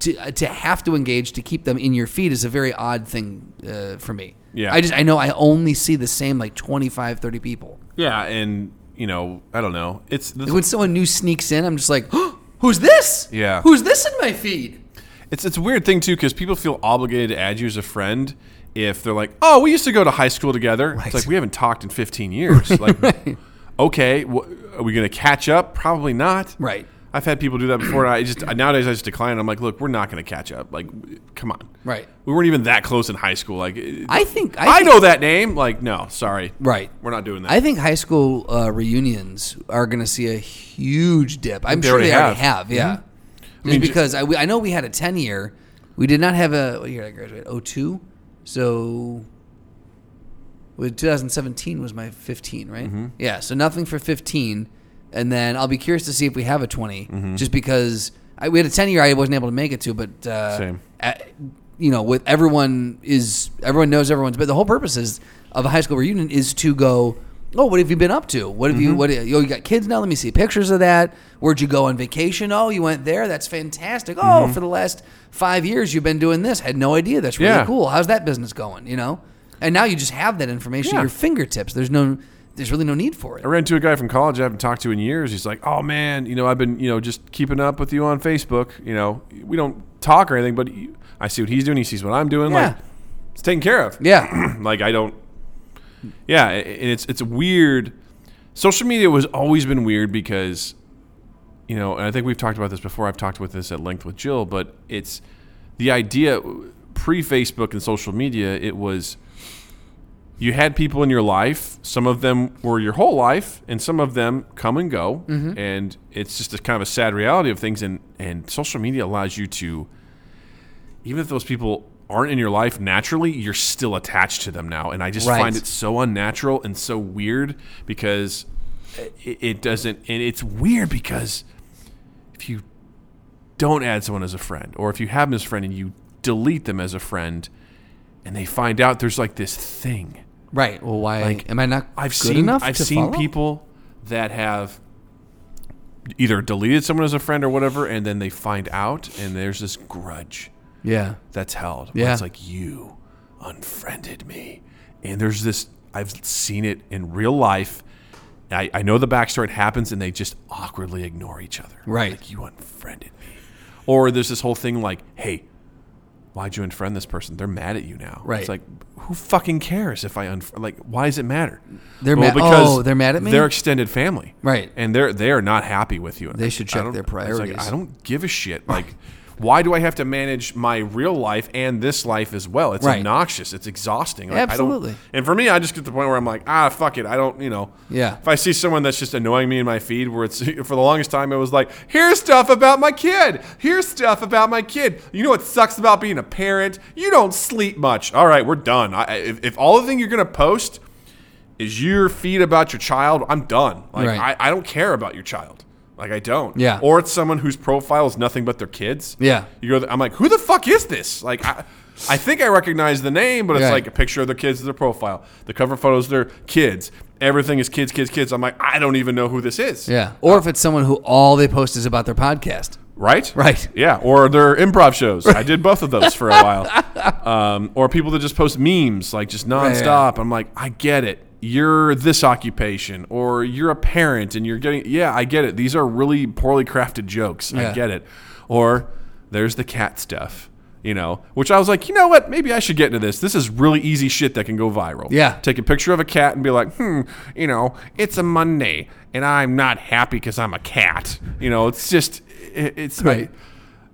[SPEAKER 2] to to have to engage to keep them in your feed is a very odd thing uh, for me.
[SPEAKER 1] Yeah.
[SPEAKER 2] I just I know I only see the same like 25, 30 people.
[SPEAKER 1] Yeah, and you know I don't know. It's
[SPEAKER 2] Like, when someone new sneaks in, I'm just like, [GASPS] who's this?
[SPEAKER 1] Yeah.
[SPEAKER 2] who's this in my feed?
[SPEAKER 1] it's it's a weird thing too because people feel obligated to add you as a friend if they're like, oh, we used to go to high school together.
[SPEAKER 2] Right.
[SPEAKER 1] It's like we haven't talked in 15 years. [LAUGHS] like, okay, wh- are we gonna catch up? Probably not.
[SPEAKER 2] Right.
[SPEAKER 1] I've had people do that before. And I just nowadays I just decline. I'm like, look, we're not gonna catch up. Like, come on.
[SPEAKER 2] Right.
[SPEAKER 1] We weren't even that close in high school. Like, it-
[SPEAKER 2] I think I,
[SPEAKER 1] I
[SPEAKER 2] think,
[SPEAKER 1] know that name. Like, no, sorry.
[SPEAKER 2] Right.
[SPEAKER 1] We're not doing that.
[SPEAKER 2] I think high school uh, reunions are going to see a huge dip. I'm
[SPEAKER 1] They
[SPEAKER 2] sure
[SPEAKER 1] already
[SPEAKER 2] they already
[SPEAKER 1] have. Mm-hmm.
[SPEAKER 2] have. Yeah. Just
[SPEAKER 1] mean, ju-
[SPEAKER 2] because I, we, I know we had a 10 year. We did not have a. What year did I graduate? 02. So. with 2017 was my 15, right?
[SPEAKER 1] Mm-hmm.
[SPEAKER 2] Yeah. So nothing for 15. And then I'll be curious to see if we have a 20,
[SPEAKER 1] Mm-hmm.
[SPEAKER 2] just because I, we had a 10 year I wasn't able to make it to, but. Uh,
[SPEAKER 1] Same.
[SPEAKER 2] a- you know, with everyone is everyone knows everyone's. But the whole purpose is of a high school reunion is to go. Oh, what have you been up to? What have you?
[SPEAKER 1] Mm-hmm.
[SPEAKER 2] What oh, you got kids now? Let me see pictures of that. Where'd you go on vacation? Oh, you went there. That's fantastic. Oh,
[SPEAKER 1] Mm-hmm.
[SPEAKER 2] for the last five years you've been doing this. Had no idea. That's really
[SPEAKER 1] Yeah.
[SPEAKER 2] cool. How's that business going? You know, and now you just have that information
[SPEAKER 1] Yeah.
[SPEAKER 2] at your fingertips. There's no there's really no need for it.
[SPEAKER 1] I ran to a guy from college I haven't talked to in years. He's like, "Oh man, you know, I've been, you know, just keeping up with you on Facebook. You know, we don't talk or anything, but you- I see what he's doing. He sees what I'm doing. Like,
[SPEAKER 2] Yeah.
[SPEAKER 1] it's taken care of.
[SPEAKER 2] Yeah.
[SPEAKER 1] [CLEARS THROAT] like I don't. Yeah, a- and it's it's weird. Social media was always been weird because, you know, and I think we've talked about this before. I've talked with this at length with Jill, but it's the idea pre Facebook and social media. It was you had people in your life. Some of them were your whole life, and some of them come and go. And it's just a kind of a sad reality of things. And and social media allows you to even if those people aren't in your life naturally, you're still attached to them now. And I just
[SPEAKER 2] Right.
[SPEAKER 1] find it so unnatural and so weird because it, it doesn't, and it's weird because if you don't add someone as a friend, or if you have them as a friend and you delete them as a friend, and they find out there's like this thing.
[SPEAKER 2] Right. Well, why
[SPEAKER 1] Like,
[SPEAKER 2] am I not
[SPEAKER 1] I've
[SPEAKER 2] good
[SPEAKER 1] seen
[SPEAKER 2] enough?
[SPEAKER 1] I've
[SPEAKER 2] to
[SPEAKER 1] seen
[SPEAKER 2] follow?
[SPEAKER 1] people that have either deleted someone as a friend or whatever, and then they find out, and there's this grudge
[SPEAKER 2] Yeah.
[SPEAKER 1] that's held.
[SPEAKER 2] Yeah.
[SPEAKER 1] Yeah. It's like you unfriended me. And there's this I've seen it in real life. I, I know the backstory it happens and they just awkwardly ignore each other.
[SPEAKER 2] Right.
[SPEAKER 1] Like you unfriended me. Or there's this whole thing like, hey, why'd you unfriend this person? They're mad at you now.
[SPEAKER 2] Right.
[SPEAKER 1] It's like who fucking cares if I unfriend like why does it matter?
[SPEAKER 2] They're ma- oh, they're mad at me?
[SPEAKER 1] They're extended family.
[SPEAKER 2] Right.
[SPEAKER 1] And they're they are not happy with you. And
[SPEAKER 2] They
[SPEAKER 1] I-
[SPEAKER 2] should
[SPEAKER 1] I
[SPEAKER 2] check
[SPEAKER 1] don't-
[SPEAKER 2] their
[SPEAKER 1] it's like,
[SPEAKER 2] priorities.
[SPEAKER 1] I don't don't give a shit. Like, why do I have to manage my real life and this life as well? It's
[SPEAKER 2] Right.
[SPEAKER 1] obnoxious. It's exhausting. Like, I
[SPEAKER 2] Absolutely.
[SPEAKER 1] don't, and for me, I just get to the point where I'm like, ah, fuck it. I don't, you know.
[SPEAKER 2] Yeah.
[SPEAKER 1] If I see someone that's just annoying me in my feed, where it's [LAUGHS] for the longest time, it was like, here's stuff about my kid. Here's stuff about my kid. You know what sucks about being a parent? You don't sleep much. All right, we're done. I, I- if, if all the thing you're gonna post is your feed about your child, I'm done. Like
[SPEAKER 2] Right.
[SPEAKER 1] I, I don't care about your child. Like I don't.
[SPEAKER 2] Yeah.
[SPEAKER 1] Or it's someone whose profile is nothing but their kids.
[SPEAKER 2] Yeah.
[SPEAKER 1] You go. th- I'm like, who the fuck is this? Like I. I think I recognize the name, but it's
[SPEAKER 2] Right.
[SPEAKER 1] like a picture of their kids as their profile. The cover photos, their kids. Everything is kids, kids, kids. I'm like, I don't even know who this is.
[SPEAKER 2] Yeah. Or
[SPEAKER 1] Oh.
[SPEAKER 2] if it's someone who all they post is about their podcast. [LAUGHS]
[SPEAKER 1] Right?
[SPEAKER 2] Right.
[SPEAKER 1] Yeah. Or their improv shows. I did both of those for a
[SPEAKER 2] [LAUGHS]
[SPEAKER 1] while. Um, or people that just post memes, like just nonstop. I'm like, I get it. You're this occupation, or you're a parent and you're getting, yeah, I get it. These are really poorly crafted jokes.
[SPEAKER 2] Yeah.
[SPEAKER 1] I get it. Or there's the cat stuff, you know, which I was like, you know what? Maybe I should get into this. This is really easy shit that can go viral.
[SPEAKER 2] Yeah.
[SPEAKER 1] Take a picture of a cat and be like, hmm, you know, it's a Monday and I'm not happy because I'm a cat. You know, it's just, it, it's
[SPEAKER 2] Right.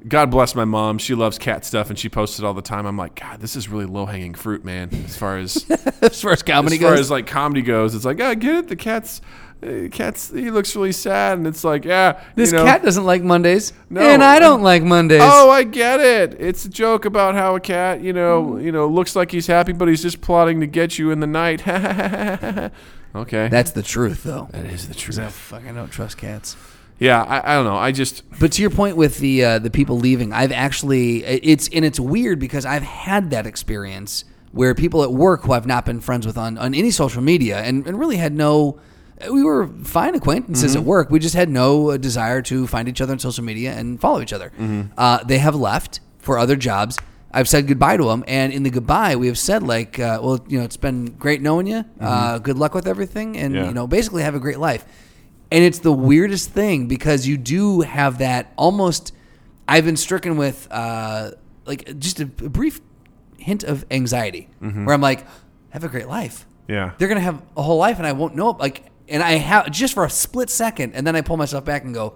[SPEAKER 1] God bless my mom. She loves cat stuff and she posts it all the time. I'm like, God, this is really low hanging fruit, man. As far
[SPEAKER 2] [LAUGHS]
[SPEAKER 1] as
[SPEAKER 2] as far as comedy
[SPEAKER 1] as far
[SPEAKER 2] goes.
[SPEAKER 1] as like comedy goes, it's like, I get it. The cat's, uh, cat's, he looks really sad, and it's like, yeah,
[SPEAKER 2] this
[SPEAKER 1] you know,
[SPEAKER 2] cat doesn't like Mondays.
[SPEAKER 1] No.
[SPEAKER 2] And I don't like Mondays.
[SPEAKER 1] Oh, I get it. It's a joke about how a cat, you
[SPEAKER 2] Hmm.
[SPEAKER 1] know, you know, looks like he's happy, but he's just plotting to get you in the night. [LAUGHS] okay,
[SPEAKER 2] That's the truth, though.
[SPEAKER 1] that is the truth.
[SPEAKER 2] I fucking don't trust cats.
[SPEAKER 1] Yeah, I, I don't know. I just
[SPEAKER 2] But to your point with the uh, the people leaving, I've actually it- it's and it's weird because I've had that experience where people at work who I've not been friends with on, on any social media and, and really had no we were fine acquaintances at work. We just had no uh, desire to find each other on social media and follow each other. Uh, they have left for other jobs. I've said goodbye to them, and in the goodbye, we have said like, uh, well, you know, it's been great knowing you. Uh, good luck with everything, and
[SPEAKER 1] Yeah.
[SPEAKER 2] you know, basically have a great life. And it's the weirdest thing because you do have that almost. I've been stricken with uh, like just a, a brief hint of anxiety where I'm like, have a great life.
[SPEAKER 1] Yeah.
[SPEAKER 2] They're going to have a whole life and I won't know. it." Like, and I have just for a split second. And then I pull myself back and go,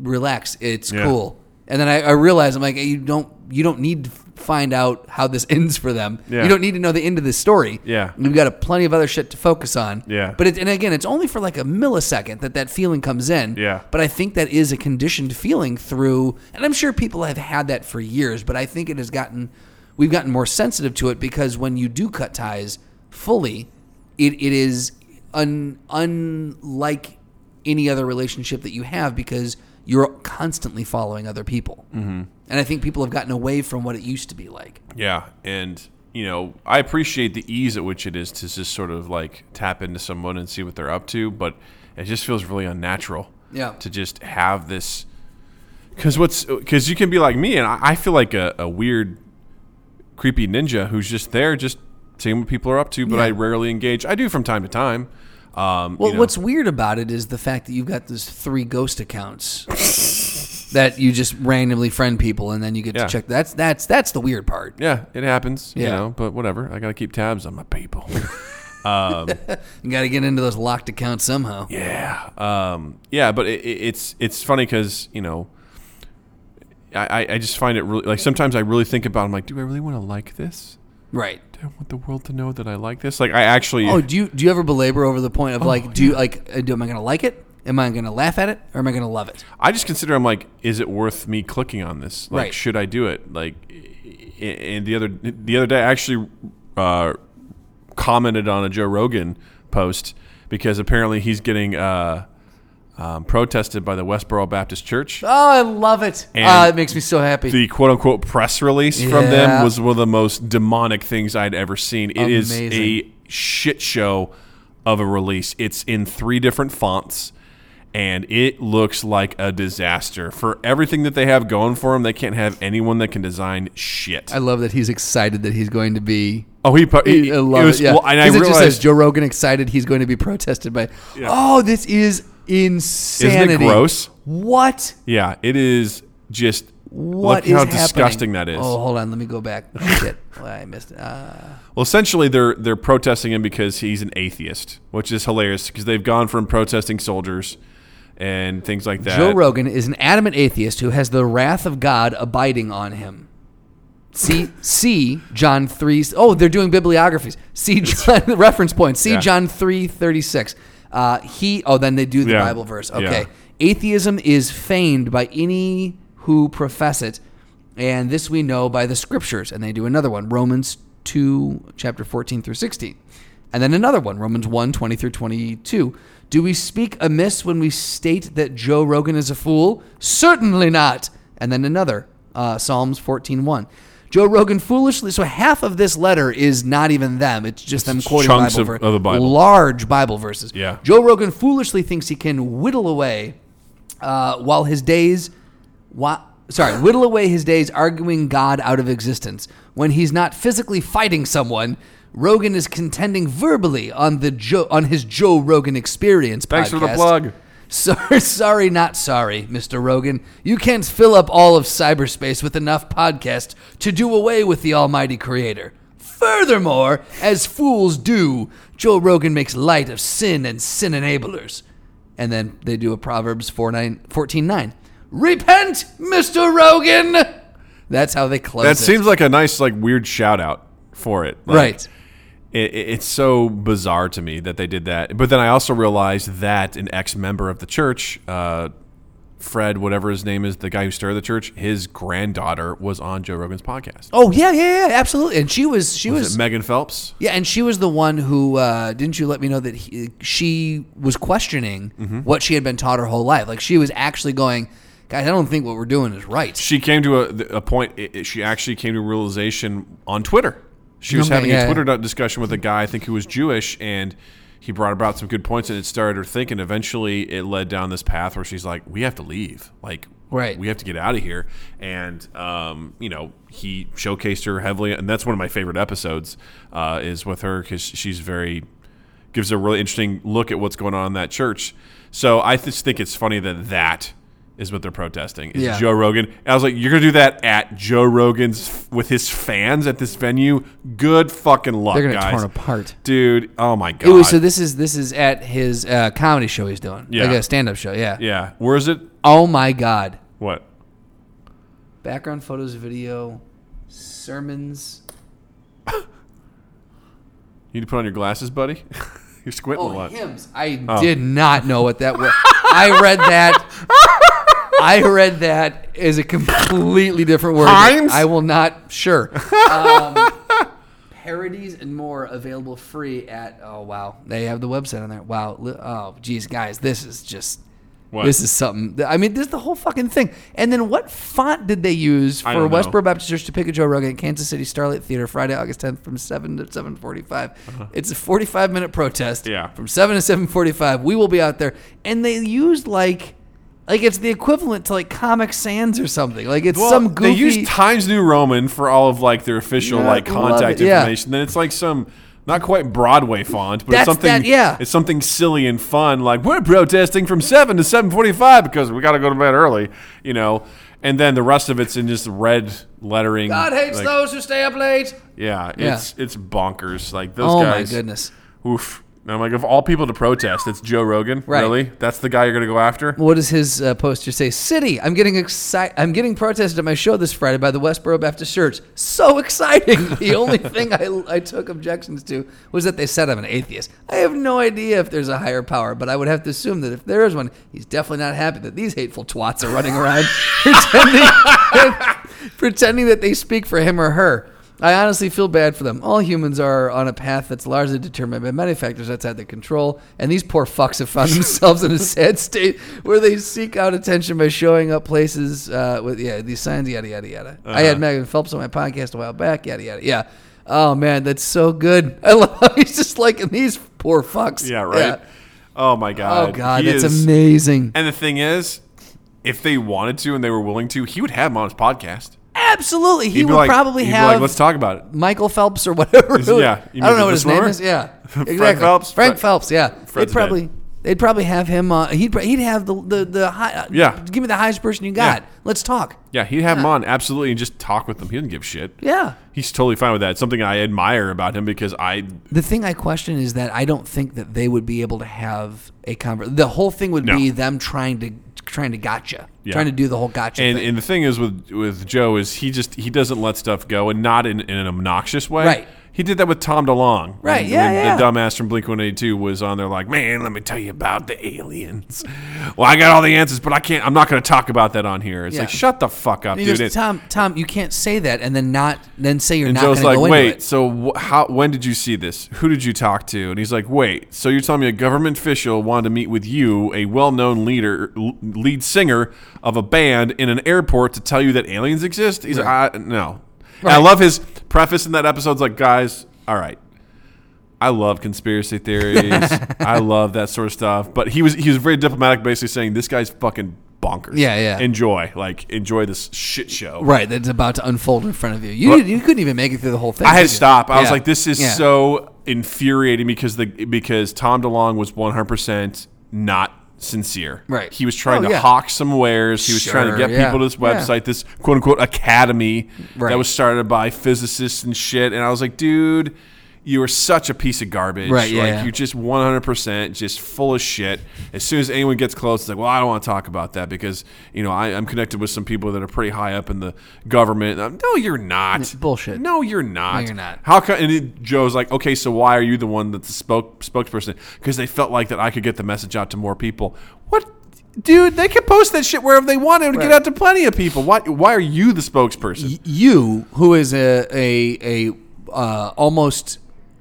[SPEAKER 2] relax. It's
[SPEAKER 1] Yeah.
[SPEAKER 2] cool. And then I, I realize I'm like, you don't, you don't need to find out how this [LAUGHS] ends for them.
[SPEAKER 1] Yeah.
[SPEAKER 2] You don't need to know the end of this story.
[SPEAKER 1] Yeah.
[SPEAKER 2] We've got a plenty of other shit to focus on.
[SPEAKER 1] Yeah.
[SPEAKER 2] But it, and again, it's only for like a millisecond that that feeling comes in.
[SPEAKER 1] Yeah.
[SPEAKER 2] But I think that is a conditioned feeling through, and I'm sure people have had that for years. But I think it has gotten, we've gotten more sensitive to it because when you do cut ties fully, it, it is un, unlike any other relationship that you have because you're constantly following other people. Mm-hmm. And I think people have gotten away from what it used to be like.
[SPEAKER 1] Yeah, and you know, I appreciate the ease at which it is to just sort of like tap into someone and see what they're up to, but it just feels really unnatural.
[SPEAKER 2] Yeah.
[SPEAKER 1] To just have this, because what's because you can be like me, and I, I feel like a, a weird, creepy ninja who's just there, just seeing what people are up to, but I rarely engage. I do from time to time, Um,
[SPEAKER 2] Well,
[SPEAKER 1] you know,
[SPEAKER 2] what's weird about it is the fact that you've got those three ghost accounts that you just randomly friend people, and then you get
[SPEAKER 1] Yeah.
[SPEAKER 2] to check. That's that's that's the weird part.
[SPEAKER 1] yeah, it happens. You
[SPEAKER 2] Yeah.
[SPEAKER 1] know, but whatever. I gotta keep tabs on my people.
[SPEAKER 2] You got to get into those locked accounts somehow.
[SPEAKER 1] Yeah, um, yeah, but it, it- it's it's funny because you know, I, I- I just find it really like sometimes I really think about it, I'm like, do I really want to like this?
[SPEAKER 2] Right.
[SPEAKER 1] Do I want the world to know that I like this? Like I actually,
[SPEAKER 2] Oh, do you do you ever belabor over the
[SPEAKER 1] Oh,
[SPEAKER 2] point of like, do you like, uh, do, am I gonna like it? Am I gonna laugh at it, or am I gonna love it?
[SPEAKER 1] I just consider I'm like, is it worth me clicking on this? Like,
[SPEAKER 2] Right.
[SPEAKER 1] should I do it? Like, i- and the other the other day, I actually uh, commented on a Joe Rogan post because apparently he's getting uh, um, protested by the Westboro Baptist Church.
[SPEAKER 2] Oh, I love it.
[SPEAKER 1] And
[SPEAKER 2] Ah, it makes me so happy.
[SPEAKER 1] the quote unquote press release from them
[SPEAKER 2] Yeah.
[SPEAKER 1] was one of the most demonic things I'd ever seen. It is
[SPEAKER 2] Amazing.
[SPEAKER 1] a shit show of a release. It's in three different fonts. And it looks like a disaster. For everything that they have going for them, they can't have anyone that can design shit.
[SPEAKER 2] I love that he's excited that he's going to be.
[SPEAKER 1] oh, he, pu- he
[SPEAKER 2] I love it.
[SPEAKER 1] it was,
[SPEAKER 2] yeah.
[SPEAKER 1] well, and I
[SPEAKER 2] 'Cause it
[SPEAKER 1] realized,
[SPEAKER 2] just says Joe Rogan excited he's going to be protested by. Oh, this is insanity.
[SPEAKER 1] gross?
[SPEAKER 2] What?
[SPEAKER 1] yeah, it is just
[SPEAKER 2] What
[SPEAKER 1] look
[SPEAKER 2] is
[SPEAKER 1] how
[SPEAKER 2] happening?
[SPEAKER 1] disgusting that is.
[SPEAKER 2] Oh, hold on. Let me
[SPEAKER 1] [LAUGHS]
[SPEAKER 2] go back. Shit. Well, I missed it. Uh,
[SPEAKER 1] Well, essentially, they're they're protesting him because he's an atheist, which is hilarious because they've gone from protesting soldiers and things like that.
[SPEAKER 2] Joe Rogan is an adamant atheist who has the wrath of God abiding on him. See, see John three oh they're doing bibliographies. See John [LAUGHS] the reference point. See
[SPEAKER 1] Yeah.
[SPEAKER 2] John three thirty six. Uh, he. Oh, then they do the
[SPEAKER 1] Yeah.
[SPEAKER 2] Bible verse. Okay.
[SPEAKER 1] Yeah.
[SPEAKER 2] Atheism is feigned by any who profess it, and this we know by the scriptures. And they do another one, Romans 2, chapter 14 through 16. And then another one, Romans 1, 20 through 22. Do we speak amiss when we state that Joe Rogan is a fool? Certainly not. And then another, uh, Psalms 14, 1. Joe Rogan foolishly, so half of this letter is not even them. It's just them quoting
[SPEAKER 1] chunks
[SPEAKER 2] Bible
[SPEAKER 1] of-
[SPEAKER 2] verse-
[SPEAKER 1] of the Bible.
[SPEAKER 2] large Bible verses.
[SPEAKER 1] Yeah.
[SPEAKER 2] Joe Rogan foolishly thinks he can whittle away uh, while his days, wa- sorry, whittle away his days arguing God out of existence. When he's not physically fighting someone, Rogan is contending verbally on the Joe on his Joe Rogan Experience.
[SPEAKER 1] Thanks for the
[SPEAKER 2] podcast.
[SPEAKER 1] plug.
[SPEAKER 2] Sorry, [LAUGHS] sorry, not sorry, Mr. Rogan. You can't fill up all of cyberspace with enough podcasts to do away with the almighty creator. Furthermore, as fools do, Joe Rogan makes light of sin and sin enablers. And then they do a Proverbs 4, 9, 14 9. Repent, Mr. Rogan! That's how they close
[SPEAKER 1] that
[SPEAKER 2] it.
[SPEAKER 1] seems like a nice, like weird shout out for it. Like,
[SPEAKER 2] right.
[SPEAKER 1] It, it- it's so bizarre to me that they did that. But then I also realized that an ex member of the church, uh, Fred, whatever his name is, the guy who started the church, his granddaughter was on Joe Rogan's podcast.
[SPEAKER 2] Oh, yeah, yeah, yeah, absolutely. And she was, she was,
[SPEAKER 1] Was it Megan Phelps?
[SPEAKER 2] Yeah, and she was the one who uh, didn't you let me know that he, she was questioning
[SPEAKER 1] Mm-hmm.
[SPEAKER 2] what she had been taught her whole life. Like she was actually going, guys, I don't think what we're doing is right.
[SPEAKER 1] she came to a, a point. It, it- she actually came to a realization on Twitter. She was
[SPEAKER 2] Okay,
[SPEAKER 1] having
[SPEAKER 2] yeah.
[SPEAKER 1] a Twitter discussion with a guy I think who was Jewish, and he brought about some good points, and it started her thinking. Eventually, it led down this path where she's like, "We have to leave. Like,
[SPEAKER 2] Right.
[SPEAKER 1] We have to get out of here." And um, you know, he showcased her heavily, and that's one of my favorite episodes uh, is with her because she's very gives a really interesting look at what's going on in that church. So I just think it's funny that that is what they're protesting. Is
[SPEAKER 2] Yeah.
[SPEAKER 1] Joe Rogan? And I was like, you're gonna do that at Joe Rogan's with his fans at this venue? Good fucking luck,
[SPEAKER 2] They're gonna
[SPEAKER 1] guys.
[SPEAKER 2] torn apart.
[SPEAKER 1] dude. Oh my god.
[SPEAKER 2] It was, so this is this is at his uh, comedy show he's doing,
[SPEAKER 1] Yeah.
[SPEAKER 2] like a stand-up show. Yeah.
[SPEAKER 1] yeah. Where is it?
[SPEAKER 2] Oh my god!
[SPEAKER 1] What?
[SPEAKER 2] Background photos, video, sermons.
[SPEAKER 1] You need to put on your glasses, buddy. [LAUGHS] you're squinting a
[SPEAKER 2] Oh,
[SPEAKER 1] lot.
[SPEAKER 2] hymns! I did not know what that was. I read that. I read that as a completely different word.
[SPEAKER 1] Hymns?
[SPEAKER 2] I will not. Sure. Um, parodies and more available free at oh wow they have the website on there wow li- oh geez guys this is just
[SPEAKER 1] What?
[SPEAKER 2] this is something th- i mean this is the whole fucking thing and then what font did they use
[SPEAKER 1] I
[SPEAKER 2] for
[SPEAKER 1] don't know.
[SPEAKER 2] westboro baptist church to pick a joe rogan at kansas city starlight theater friday august 10th from 7 to 7.45 it's a 45 minute protest
[SPEAKER 1] Uh-huh. Yeah.
[SPEAKER 2] from 7 to 7.45 we will be out there and they used like like it's the equivalent to like comic sans or something like it's
[SPEAKER 1] Well,
[SPEAKER 2] some goofy
[SPEAKER 1] They use Times New Roman for all of like their official
[SPEAKER 2] Yeah,
[SPEAKER 1] like
[SPEAKER 2] I love
[SPEAKER 1] contact
[SPEAKER 2] it. Yeah.
[SPEAKER 1] information. Then it's like some Not quite Broadway font, but it's
[SPEAKER 2] That's
[SPEAKER 1] something.
[SPEAKER 2] that- yeah.
[SPEAKER 1] It's something silly and fun, like we're protesting from seven to seven forty-five because we got to go to bed early, you know. And then the rest of it's in just red lettering.
[SPEAKER 2] God hates
[SPEAKER 1] like-
[SPEAKER 2] those who stay up late.
[SPEAKER 1] Yeah, it's it's bonkers. Like those
[SPEAKER 2] Oh
[SPEAKER 1] guys.
[SPEAKER 2] my goodness.
[SPEAKER 1] Oof. And I'm like, of all people to protest, it's Joe Rogan.
[SPEAKER 2] Right.
[SPEAKER 1] Really? That's the guy you're gonna go after?
[SPEAKER 2] What does his uh, poster say? City, I'm getting excited. I'm getting protested at my show this Friday by the Westboro Baptist Church. So [LAUGHS] exciting! The only thing I, I took objections to was that they said I'm an atheist. I have no idea if there's a higher power, but I would have to assume that if there is one, he's definitely not happy that these hateful twats are running around [LAUGHS] pretending, [LAUGHS] pretending that they speak for him or her. I honestly feel bad for them. All humans are on a path that's largely determined by many factors outside their control, and these poor fucks have [LAUGHS] found themselves in a sad state where they seek out attention by showing up places uh, with yeah these signs, yada yada yada. I had Megan Phelps on my podcast a while back, yada yada. Yeah. Oh man, that's so good. [LAUGHS] I love how he's just like and these poor fucks.
[SPEAKER 1] Yeah, right. Oh my god.
[SPEAKER 2] Oh god,
[SPEAKER 1] He
[SPEAKER 2] that's
[SPEAKER 1] is-
[SPEAKER 2] amazing.
[SPEAKER 1] And the thing is, if they wanted to and they were willing to, he would have him on his podcast.
[SPEAKER 2] Absolutely, he
[SPEAKER 1] He'd be
[SPEAKER 2] would
[SPEAKER 1] like-
[SPEAKER 2] probably
[SPEAKER 1] he'd be
[SPEAKER 2] have.
[SPEAKER 1] like, let's talk about it.
[SPEAKER 2] Michael Phelps or whatever.
[SPEAKER 1] yeah, you
[SPEAKER 2] [LAUGHS]
[SPEAKER 1] mean
[SPEAKER 2] I don't know
[SPEAKER 1] the
[SPEAKER 2] what his
[SPEAKER 1] swimmer?
[SPEAKER 2] name
[SPEAKER 1] [LAUGHS]
[SPEAKER 2] is. Yeah, exactly.
[SPEAKER 1] Phelps?
[SPEAKER 2] Frank
[SPEAKER 1] Fre-
[SPEAKER 2] Phelps. Yeah,
[SPEAKER 1] Fred's
[SPEAKER 2] they'd probably they'd probably have him. Uh, he'd pr- he'd have the the the high, uh,
[SPEAKER 1] Yeah.
[SPEAKER 2] Give me the highest person you got.
[SPEAKER 1] Yeah.
[SPEAKER 2] Let's talk.
[SPEAKER 1] Yeah, he'd have him on absolutely and just talk with them. He didn't give a shit.
[SPEAKER 2] Yeah.
[SPEAKER 1] He's totally fine with that. It's something I admire about him because I
[SPEAKER 2] The thing I question is that I don't think that they would be able to have a conver The whole thing would
[SPEAKER 1] No.
[SPEAKER 2] be them trying to trying to gotcha,
[SPEAKER 1] Yeah.
[SPEAKER 2] trying to do the whole gotcha
[SPEAKER 1] and,
[SPEAKER 2] thing.
[SPEAKER 1] and the thing is with with Joe is he just he doesn't let stuff go and not in, in an obnoxious way.
[SPEAKER 2] Right.
[SPEAKER 1] He did that with Tom DeLong.
[SPEAKER 2] Right,
[SPEAKER 1] When-
[SPEAKER 2] yeah,
[SPEAKER 1] when
[SPEAKER 2] yeah.
[SPEAKER 1] The dumbass from Blink One Eighty Two was on there like, man, let me tell you about the aliens. Well, I got all the answers, but I can't. I'm not going to talk about that on here. It's
[SPEAKER 2] Yeah.
[SPEAKER 1] like, shut the fuck up,
[SPEAKER 2] He
[SPEAKER 1] dude.
[SPEAKER 2] goes,
[SPEAKER 1] It-
[SPEAKER 2] Tom, Tom, you can't say that and then not then say you're
[SPEAKER 1] and
[SPEAKER 2] not going
[SPEAKER 1] Joe's
[SPEAKER 2] to
[SPEAKER 1] like,
[SPEAKER 2] go into
[SPEAKER 1] wait,
[SPEAKER 2] it.
[SPEAKER 1] so wh- how? When did you see this? Who did you talk to? And he's like, wait, so you're telling me a government official wanted to meet with you, a well-known leader, l- lead singer of a band in an airport, to tell you that aliens exist? He's like, I, no. And I
[SPEAKER 2] Right.
[SPEAKER 1] love his preface in that episode's like, guys, all right. I love conspiracy
[SPEAKER 2] [LAUGHS]
[SPEAKER 1] theories. I love that sort of stuff. But he was he was very diplomatic, basically saying this guy's fucking bonkers.
[SPEAKER 2] Yeah, yeah.
[SPEAKER 1] Enjoy, like enjoy this shit show.
[SPEAKER 2] Right, that's about to unfold in front of you. You,
[SPEAKER 1] But-
[SPEAKER 2] you couldn't even make it through the whole thing.
[SPEAKER 1] I had to
[SPEAKER 2] did you?
[SPEAKER 1] stop. I was
[SPEAKER 2] Yeah.
[SPEAKER 1] like, this is
[SPEAKER 2] Yeah.
[SPEAKER 1] so infuriating because the because Tom DeLong was 100% not sincere.
[SPEAKER 2] Right.
[SPEAKER 1] He was trying
[SPEAKER 2] Oh,
[SPEAKER 1] to
[SPEAKER 2] yeah.
[SPEAKER 1] hawk some wares. He was trying to
[SPEAKER 2] Sure,
[SPEAKER 1] get
[SPEAKER 2] yeah.
[SPEAKER 1] people to this
[SPEAKER 2] Yeah.
[SPEAKER 1] website, this quote unquote academy that
[SPEAKER 2] Right.
[SPEAKER 1] was started by physicists and shit. And I was like, dude. You are such a piece of garbage.
[SPEAKER 2] Right, yeah,
[SPEAKER 1] like
[SPEAKER 2] yeah.
[SPEAKER 1] you're just 100% just full of shit. As soon as anyone gets close, it's like, well, I don't want to talk about that because you know I, I'm connected with some people that are pretty high up in the government. Um, no, you're not.
[SPEAKER 2] bullshit.
[SPEAKER 1] No, you're not.
[SPEAKER 2] you're not.
[SPEAKER 1] How come? And it, Joe's like, okay, so why are you the one that's the spoke, spokesperson? Because they felt like that I could get the message out to more people. What, dude? They could post that shit wherever they want. It would get out to plenty of people. Why? Why are you the spokesperson?
[SPEAKER 2] you, who is a a, a uh, almost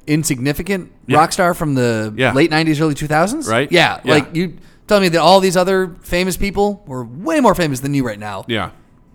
[SPEAKER 2] insignificant rock star from the
[SPEAKER 1] Yeah.
[SPEAKER 2] late '90s, early 2000s,
[SPEAKER 1] Right?
[SPEAKER 2] Yeah,
[SPEAKER 1] Yeah.
[SPEAKER 2] like you tell me that all these other famous people were way more famous than you right now.
[SPEAKER 1] Yeah,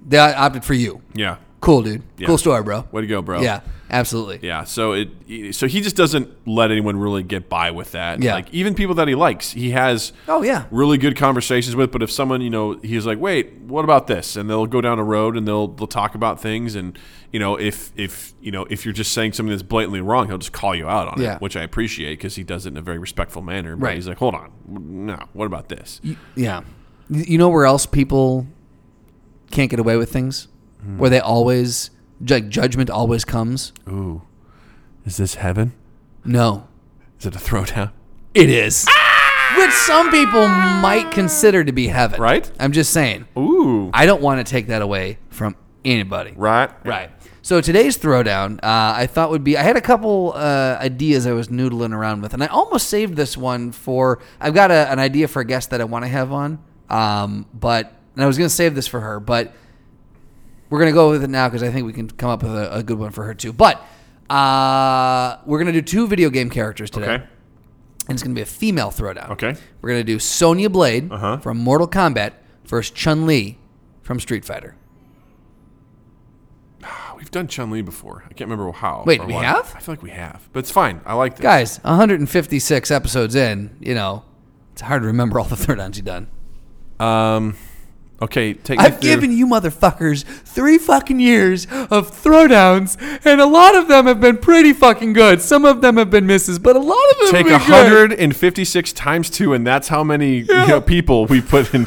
[SPEAKER 2] they opted for you.
[SPEAKER 1] yeah,
[SPEAKER 2] Cool, dude.
[SPEAKER 1] Yeah.
[SPEAKER 2] Cool story, bro.
[SPEAKER 1] Way to go, bro.
[SPEAKER 2] Yeah, absolutely.
[SPEAKER 1] yeah. So it. So he just doesn't let anyone really get by with that.
[SPEAKER 2] Yeah.
[SPEAKER 1] Like even people that he likes, he has.
[SPEAKER 2] Oh yeah,
[SPEAKER 1] really good conversations with. But if someone, you know, he's like, wait, what about this? And they'll go down a road and they'll they'll talk about things. And you know, if if you know if you're just saying something that's blatantly wrong, he'll just call you out on
[SPEAKER 2] Yeah.
[SPEAKER 1] it, which I appreciate because he does it in a very respectful manner. But
[SPEAKER 2] Right.
[SPEAKER 1] He's like, hold on, no, what about this?
[SPEAKER 2] yeah. You you know where else people can't get away with things?
[SPEAKER 1] Hmm.
[SPEAKER 2] Where they always like judgment always comes.
[SPEAKER 1] Ooh, is this heaven?
[SPEAKER 2] No,
[SPEAKER 1] Is it a throwdown?
[SPEAKER 2] It is. Which some people might consider to be heaven.
[SPEAKER 1] Right?
[SPEAKER 2] I'm just saying.
[SPEAKER 1] Ooh,
[SPEAKER 2] I don't want to take that away from anybody.
[SPEAKER 1] right,
[SPEAKER 2] Right. So today's throwdown, uh, I thought would be. I had a couple uh, ideas I was noodling around with, and I almost saved this one for. I've got a, an idea for a guest that I want to have on, um, but and I was going to save this for her, but we're going to go with it now because I think we can come up with a, a good one for her too. But uh, we're going to do two video game characters today
[SPEAKER 1] Okay,
[SPEAKER 2] and it's going to be a female throwdown.
[SPEAKER 1] Okay.
[SPEAKER 2] We're going to do Sonya Blade
[SPEAKER 1] Uh-huh.
[SPEAKER 2] from Mortal Kombat versus Chun Li from Street Fighter.
[SPEAKER 1] Oh, we've done Chun Li before. I can't remember how.
[SPEAKER 2] Wait,
[SPEAKER 1] or
[SPEAKER 2] we
[SPEAKER 1] why.
[SPEAKER 2] have?
[SPEAKER 1] I feel like we have, but it's fine. I like this.
[SPEAKER 2] Guys, 156 [LAUGHS] episodes in, you know, it's hard to remember all the throwdowns you've done.
[SPEAKER 1] Um, Okay, take me
[SPEAKER 2] I've
[SPEAKER 1] through.
[SPEAKER 2] given you motherfuckers three fucking years of throwdowns, and a lot of them have been pretty fucking good. Some of them have been misses, but a lot of them
[SPEAKER 1] Take
[SPEAKER 2] have been good.
[SPEAKER 1] 156 times two, and that's how many you know, people we put
[SPEAKER 2] [LAUGHS]
[SPEAKER 1] in,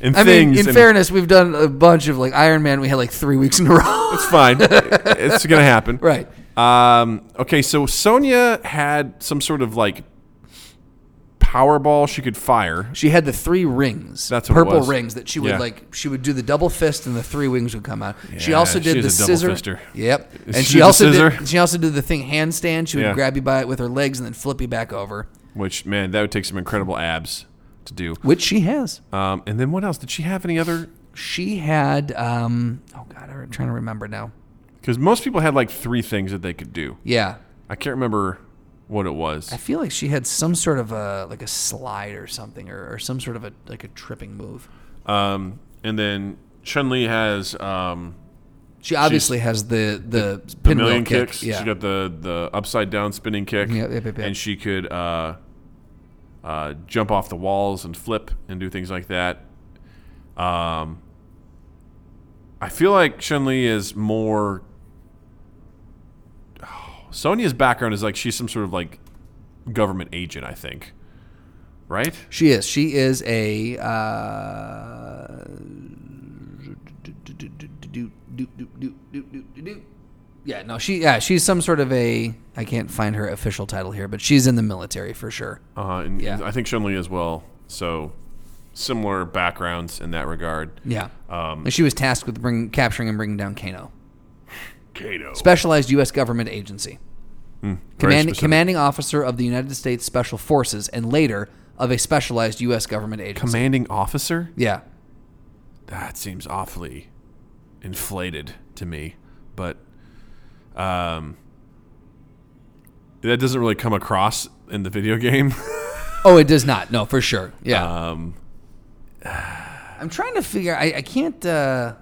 [SPEAKER 1] in
[SPEAKER 2] I
[SPEAKER 1] things.
[SPEAKER 2] mean, in
[SPEAKER 1] and
[SPEAKER 2] fairness, we've done a bunch of like Iron Man. We had like three weeks in a row.
[SPEAKER 1] it's fine. it's gonna happen.
[SPEAKER 2] [LAUGHS] right.
[SPEAKER 1] Um, okay, so Sonia had some sort of like Powerball she could fire.
[SPEAKER 2] She had the three rings,
[SPEAKER 1] That's what it
[SPEAKER 2] purple
[SPEAKER 1] was.
[SPEAKER 2] rings that she would
[SPEAKER 1] Yeah.
[SPEAKER 2] like. She would do the double fist, and the three wings would come out. she
[SPEAKER 1] Yeah,
[SPEAKER 2] also did
[SPEAKER 1] she's
[SPEAKER 2] the
[SPEAKER 1] a double
[SPEAKER 2] scissor.
[SPEAKER 1] fister.
[SPEAKER 2] Yep,
[SPEAKER 1] She
[SPEAKER 2] and
[SPEAKER 1] did
[SPEAKER 2] she,
[SPEAKER 1] the
[SPEAKER 2] also
[SPEAKER 1] scissor.
[SPEAKER 2] did. She also did the thing handstand. She would
[SPEAKER 1] Yeah.
[SPEAKER 2] grab you by it with her legs and then flip you back over,
[SPEAKER 1] Which man, that would take some incredible abs to do.
[SPEAKER 2] which she has.
[SPEAKER 1] Um, and then what else? Did she have any other?
[SPEAKER 2] She had. um Oh God, I'm trying to remember now.
[SPEAKER 1] Because most people had like three things that they could do.
[SPEAKER 2] Yeah,
[SPEAKER 1] I can't remember what it was.
[SPEAKER 2] I feel like she had some sort of a like a slide or something, or, or some sort of a like a tripping move.
[SPEAKER 1] Um, and then Chun Li has um,
[SPEAKER 2] She obviously has the the,
[SPEAKER 1] the
[SPEAKER 2] pinwheel
[SPEAKER 1] million
[SPEAKER 2] kick.
[SPEAKER 1] kicks.
[SPEAKER 2] Yeah.
[SPEAKER 1] She got the the upside down spinning kick,
[SPEAKER 2] Yep, yep, yep, yep.
[SPEAKER 1] and she could uh, uh, jump off the walls and flip and do things like that. Um, I feel like Chun Li is more. [SIGHS] Sonya's background is like she's some sort of like government agent, I think, right?
[SPEAKER 2] She is. She is a. Uh, yeah, no, she yeah, she's some sort of a I can't find her official title here, but she's in the military for sure.
[SPEAKER 1] Uh, and
[SPEAKER 2] Yeah.
[SPEAKER 1] I think Chun Li as well. So similar backgrounds in that regard.
[SPEAKER 2] Yeah. Um, and she was tasked with bring, capturing and bringing down Kano.
[SPEAKER 1] Kato.
[SPEAKER 2] Specialized US government agency.
[SPEAKER 1] very
[SPEAKER 2] Command,
[SPEAKER 1] specific.
[SPEAKER 2] commanding officer of the United States Special Forces and later of a specialized US government agency.
[SPEAKER 1] Commanding officer?
[SPEAKER 2] yeah.
[SPEAKER 1] that seems awfully inflated to me, but um, that doesn't really come across in the video [LAUGHS] game.
[SPEAKER 2] Oh, it does not. No, for sure. Yeah.
[SPEAKER 1] um,
[SPEAKER 2] I'm trying to figure. I, I can't uh,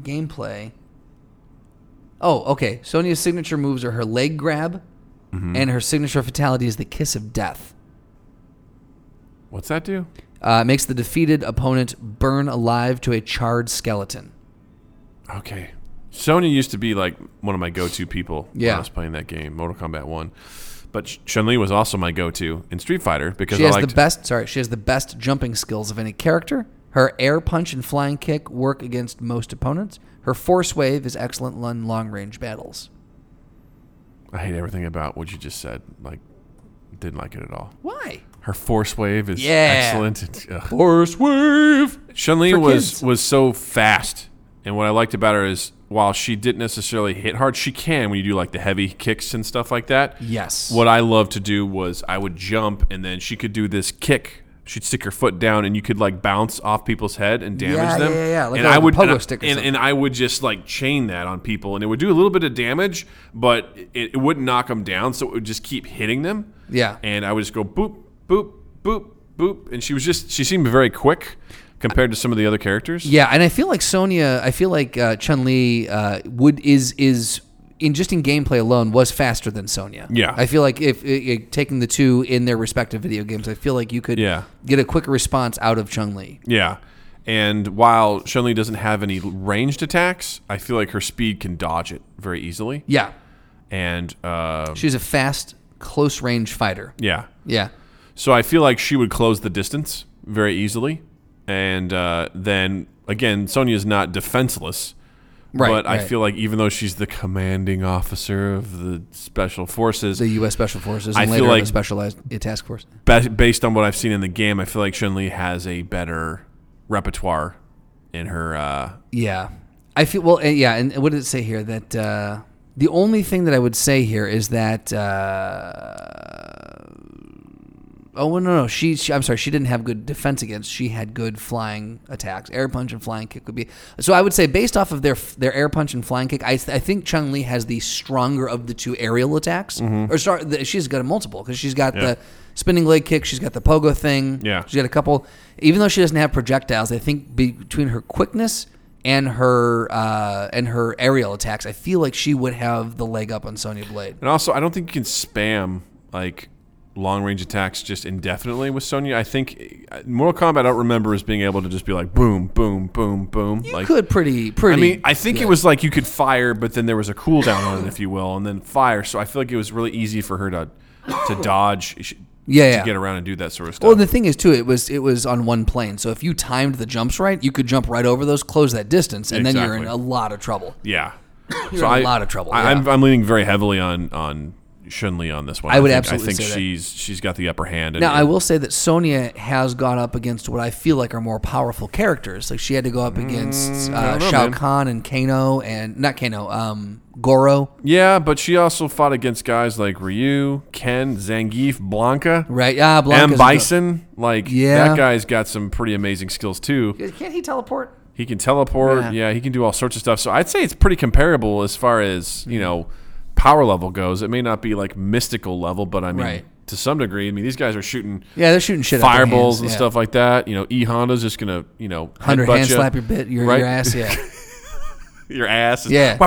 [SPEAKER 2] gameplay. Oh, okay. Sonya's signature moves are her leg grab,
[SPEAKER 1] Mm-hmm.
[SPEAKER 2] and her signature fatality is the kiss of death.
[SPEAKER 1] what's that do?
[SPEAKER 2] Uh, makes the defeated opponent burn alive to a charred skeleton.
[SPEAKER 1] Okay, Sonya used to be like one of my go-to people when
[SPEAKER 2] Yeah.
[SPEAKER 1] I was playing that game, Mortal Kombat One. But Chun Li was also my go-to in Street Fighter because
[SPEAKER 2] She
[SPEAKER 1] I
[SPEAKER 2] has
[SPEAKER 1] liked
[SPEAKER 2] the best. Sorry, she has the best jumping skills of any character. Her air punch and flying kick work against most opponents. Her force wave is excellent in long range battles.
[SPEAKER 1] I hate everything about what you just said. Like, didn't like it at all.
[SPEAKER 2] Why?
[SPEAKER 1] Her force wave is
[SPEAKER 2] Yeah.
[SPEAKER 1] excellent. It's- ugh.
[SPEAKER 2] Force wave.
[SPEAKER 1] Chun Li
[SPEAKER 2] For
[SPEAKER 1] was
[SPEAKER 2] kids.
[SPEAKER 1] was so fast, and what I liked about her is while she didn't necessarily hit hard, she can when you do like the heavy kicks and stuff like that.
[SPEAKER 2] Yes.
[SPEAKER 1] What I loved to do was I would jump, and then she could do this kick. She'd stick her foot down, and you could like bounce off people's head and damage
[SPEAKER 2] Yeah,
[SPEAKER 1] them.
[SPEAKER 2] yeah, yeah, like
[SPEAKER 1] and
[SPEAKER 2] a-
[SPEAKER 1] I
[SPEAKER 2] like a
[SPEAKER 1] would
[SPEAKER 2] pogo
[SPEAKER 1] and I-
[SPEAKER 2] stick or
[SPEAKER 1] and, and I would just like chain that on people, and it would do a little bit of damage, but it, it wouldn't knock them down, so it would just keep hitting them.
[SPEAKER 2] Yeah.
[SPEAKER 1] And I would just go boop, boop, boop, boop. And she was just, she seemed very quick compared to some of the other characters.
[SPEAKER 2] Yeah, and I feel like Sonya, I feel like uh, Chun Li uh, would is is in just in gameplay alone was faster than Sonya.
[SPEAKER 1] Yeah.
[SPEAKER 2] I feel like if, i i taking the two in their respective video games, I feel like you could
[SPEAKER 1] Yeah.
[SPEAKER 2] get a quicker response out of Chun Li.
[SPEAKER 1] Yeah. And while Chun Li doesn't have any ranged attacks, I feel like her speed can dodge it very easily.
[SPEAKER 2] Yeah,
[SPEAKER 1] And uh,
[SPEAKER 2] she's a fast, close range fighter.
[SPEAKER 1] yeah.
[SPEAKER 2] Yeah,
[SPEAKER 1] So I feel like she would close the distance very easily. And uh, then again, Sonya's not defenseless.
[SPEAKER 2] right.
[SPEAKER 1] but I
[SPEAKER 2] right.
[SPEAKER 1] feel like even though she's the commanding officer of the special forces,
[SPEAKER 2] the U.S. Special Forces
[SPEAKER 1] I
[SPEAKER 2] and
[SPEAKER 1] feel
[SPEAKER 2] later
[SPEAKER 1] like-
[SPEAKER 2] the Specialized Task Force.
[SPEAKER 1] ba- based on what I've seen in the game, I feel like Chun Li has a better repertoire in her. Uh,
[SPEAKER 2] Yeah, I feel well. uh, Yeah, and what did it say here? That uh, the only thing that I would say here is that. Uh, oh well, no, no. She, she, I'm sorry. She didn't have good defense against. She had good flying attacks. Air punch and flying kick would be. So I would say, based off of their their air punch and flying kick, I, I think Chun Li has the stronger of the two aerial attacks.
[SPEAKER 1] Mm-hmm.
[SPEAKER 2] Or sorry, the, she's got a multiple because she's got the spinning leg kick. She's got the pogo thing.
[SPEAKER 1] Yeah.
[SPEAKER 2] She's got a couple. Even though she doesn't have projectiles, I think be- between her quickness and her uh, and her aerial attacks, I feel like she would have the leg up on Sonya Blade.
[SPEAKER 1] and also, I don't think you can spam like long range attacks just indefinitely with Sonya. I think uh, Mortal Kombat. I don't remember as being able to just be like boom, boom, boom, boom.
[SPEAKER 2] You
[SPEAKER 1] like
[SPEAKER 2] could pretty,
[SPEAKER 1] I
[SPEAKER 2] pretty.
[SPEAKER 1] mean, I think it was like you could fire, but then there was a cooldown on it, if you will, and then fire. So I feel like it was really easy for her to to dodge,
[SPEAKER 2] Yeah,
[SPEAKER 1] to
[SPEAKER 2] yeah.
[SPEAKER 1] get around and do that sort of stuff.
[SPEAKER 2] Well, the thing is too, it was it was on one plane. So if you timed the jumps right, you could jump right over those, close that distance, and then you're in a
[SPEAKER 1] Exactly.
[SPEAKER 2] lot of trouble.
[SPEAKER 1] yeah,
[SPEAKER 2] You're in a lot of trouble.
[SPEAKER 1] I,
[SPEAKER 2] yeah.
[SPEAKER 1] I'm, I'm leaning very heavily on on Chun Li on this one.
[SPEAKER 2] I would
[SPEAKER 1] think,
[SPEAKER 2] absolutely
[SPEAKER 1] I think
[SPEAKER 2] say that.
[SPEAKER 1] she's she's got the upper hand. And,
[SPEAKER 2] Now, I
[SPEAKER 1] and
[SPEAKER 2] will say that Sonya has gone up against what I feel like are more powerful characters. Like she had to go up against uh,
[SPEAKER 1] Mm, don't know,
[SPEAKER 2] Shao
[SPEAKER 1] man.
[SPEAKER 2] Kahn and Kano, and not Kano, um, Goro,
[SPEAKER 1] Yeah, but she also fought against guys like Ryu, Ken, Zangief, Blanca,
[SPEAKER 2] right? Ah, Blanca's
[SPEAKER 1] M.
[SPEAKER 2] a-
[SPEAKER 1] Bison. Like
[SPEAKER 2] Yeah.
[SPEAKER 1] that guy's got some pretty amazing skills too.
[SPEAKER 2] Can't he teleport?
[SPEAKER 1] He can teleport.
[SPEAKER 2] Yeah.
[SPEAKER 1] Yeah. he can do all sorts of stuff. So I'd say it's pretty comparable as far as
[SPEAKER 2] Mm-hmm.
[SPEAKER 1] you know power level goes. It may not be like mystical level, but I mean
[SPEAKER 2] Right.
[SPEAKER 1] to some degree. I mean these guys are shooting
[SPEAKER 2] Yeah, they're shooting shit. out their
[SPEAKER 1] fireballs
[SPEAKER 2] hands,
[SPEAKER 1] and
[SPEAKER 2] yeah.
[SPEAKER 1] stuff like that. You know, E Honda's just gonna you know
[SPEAKER 2] Hundred
[SPEAKER 1] headbutt
[SPEAKER 2] hand
[SPEAKER 1] ya,
[SPEAKER 2] slap your bit your,
[SPEAKER 1] right?
[SPEAKER 2] your
[SPEAKER 1] [LAUGHS]
[SPEAKER 2] ass. Yeah,
[SPEAKER 1] your ass. is-
[SPEAKER 2] yeah.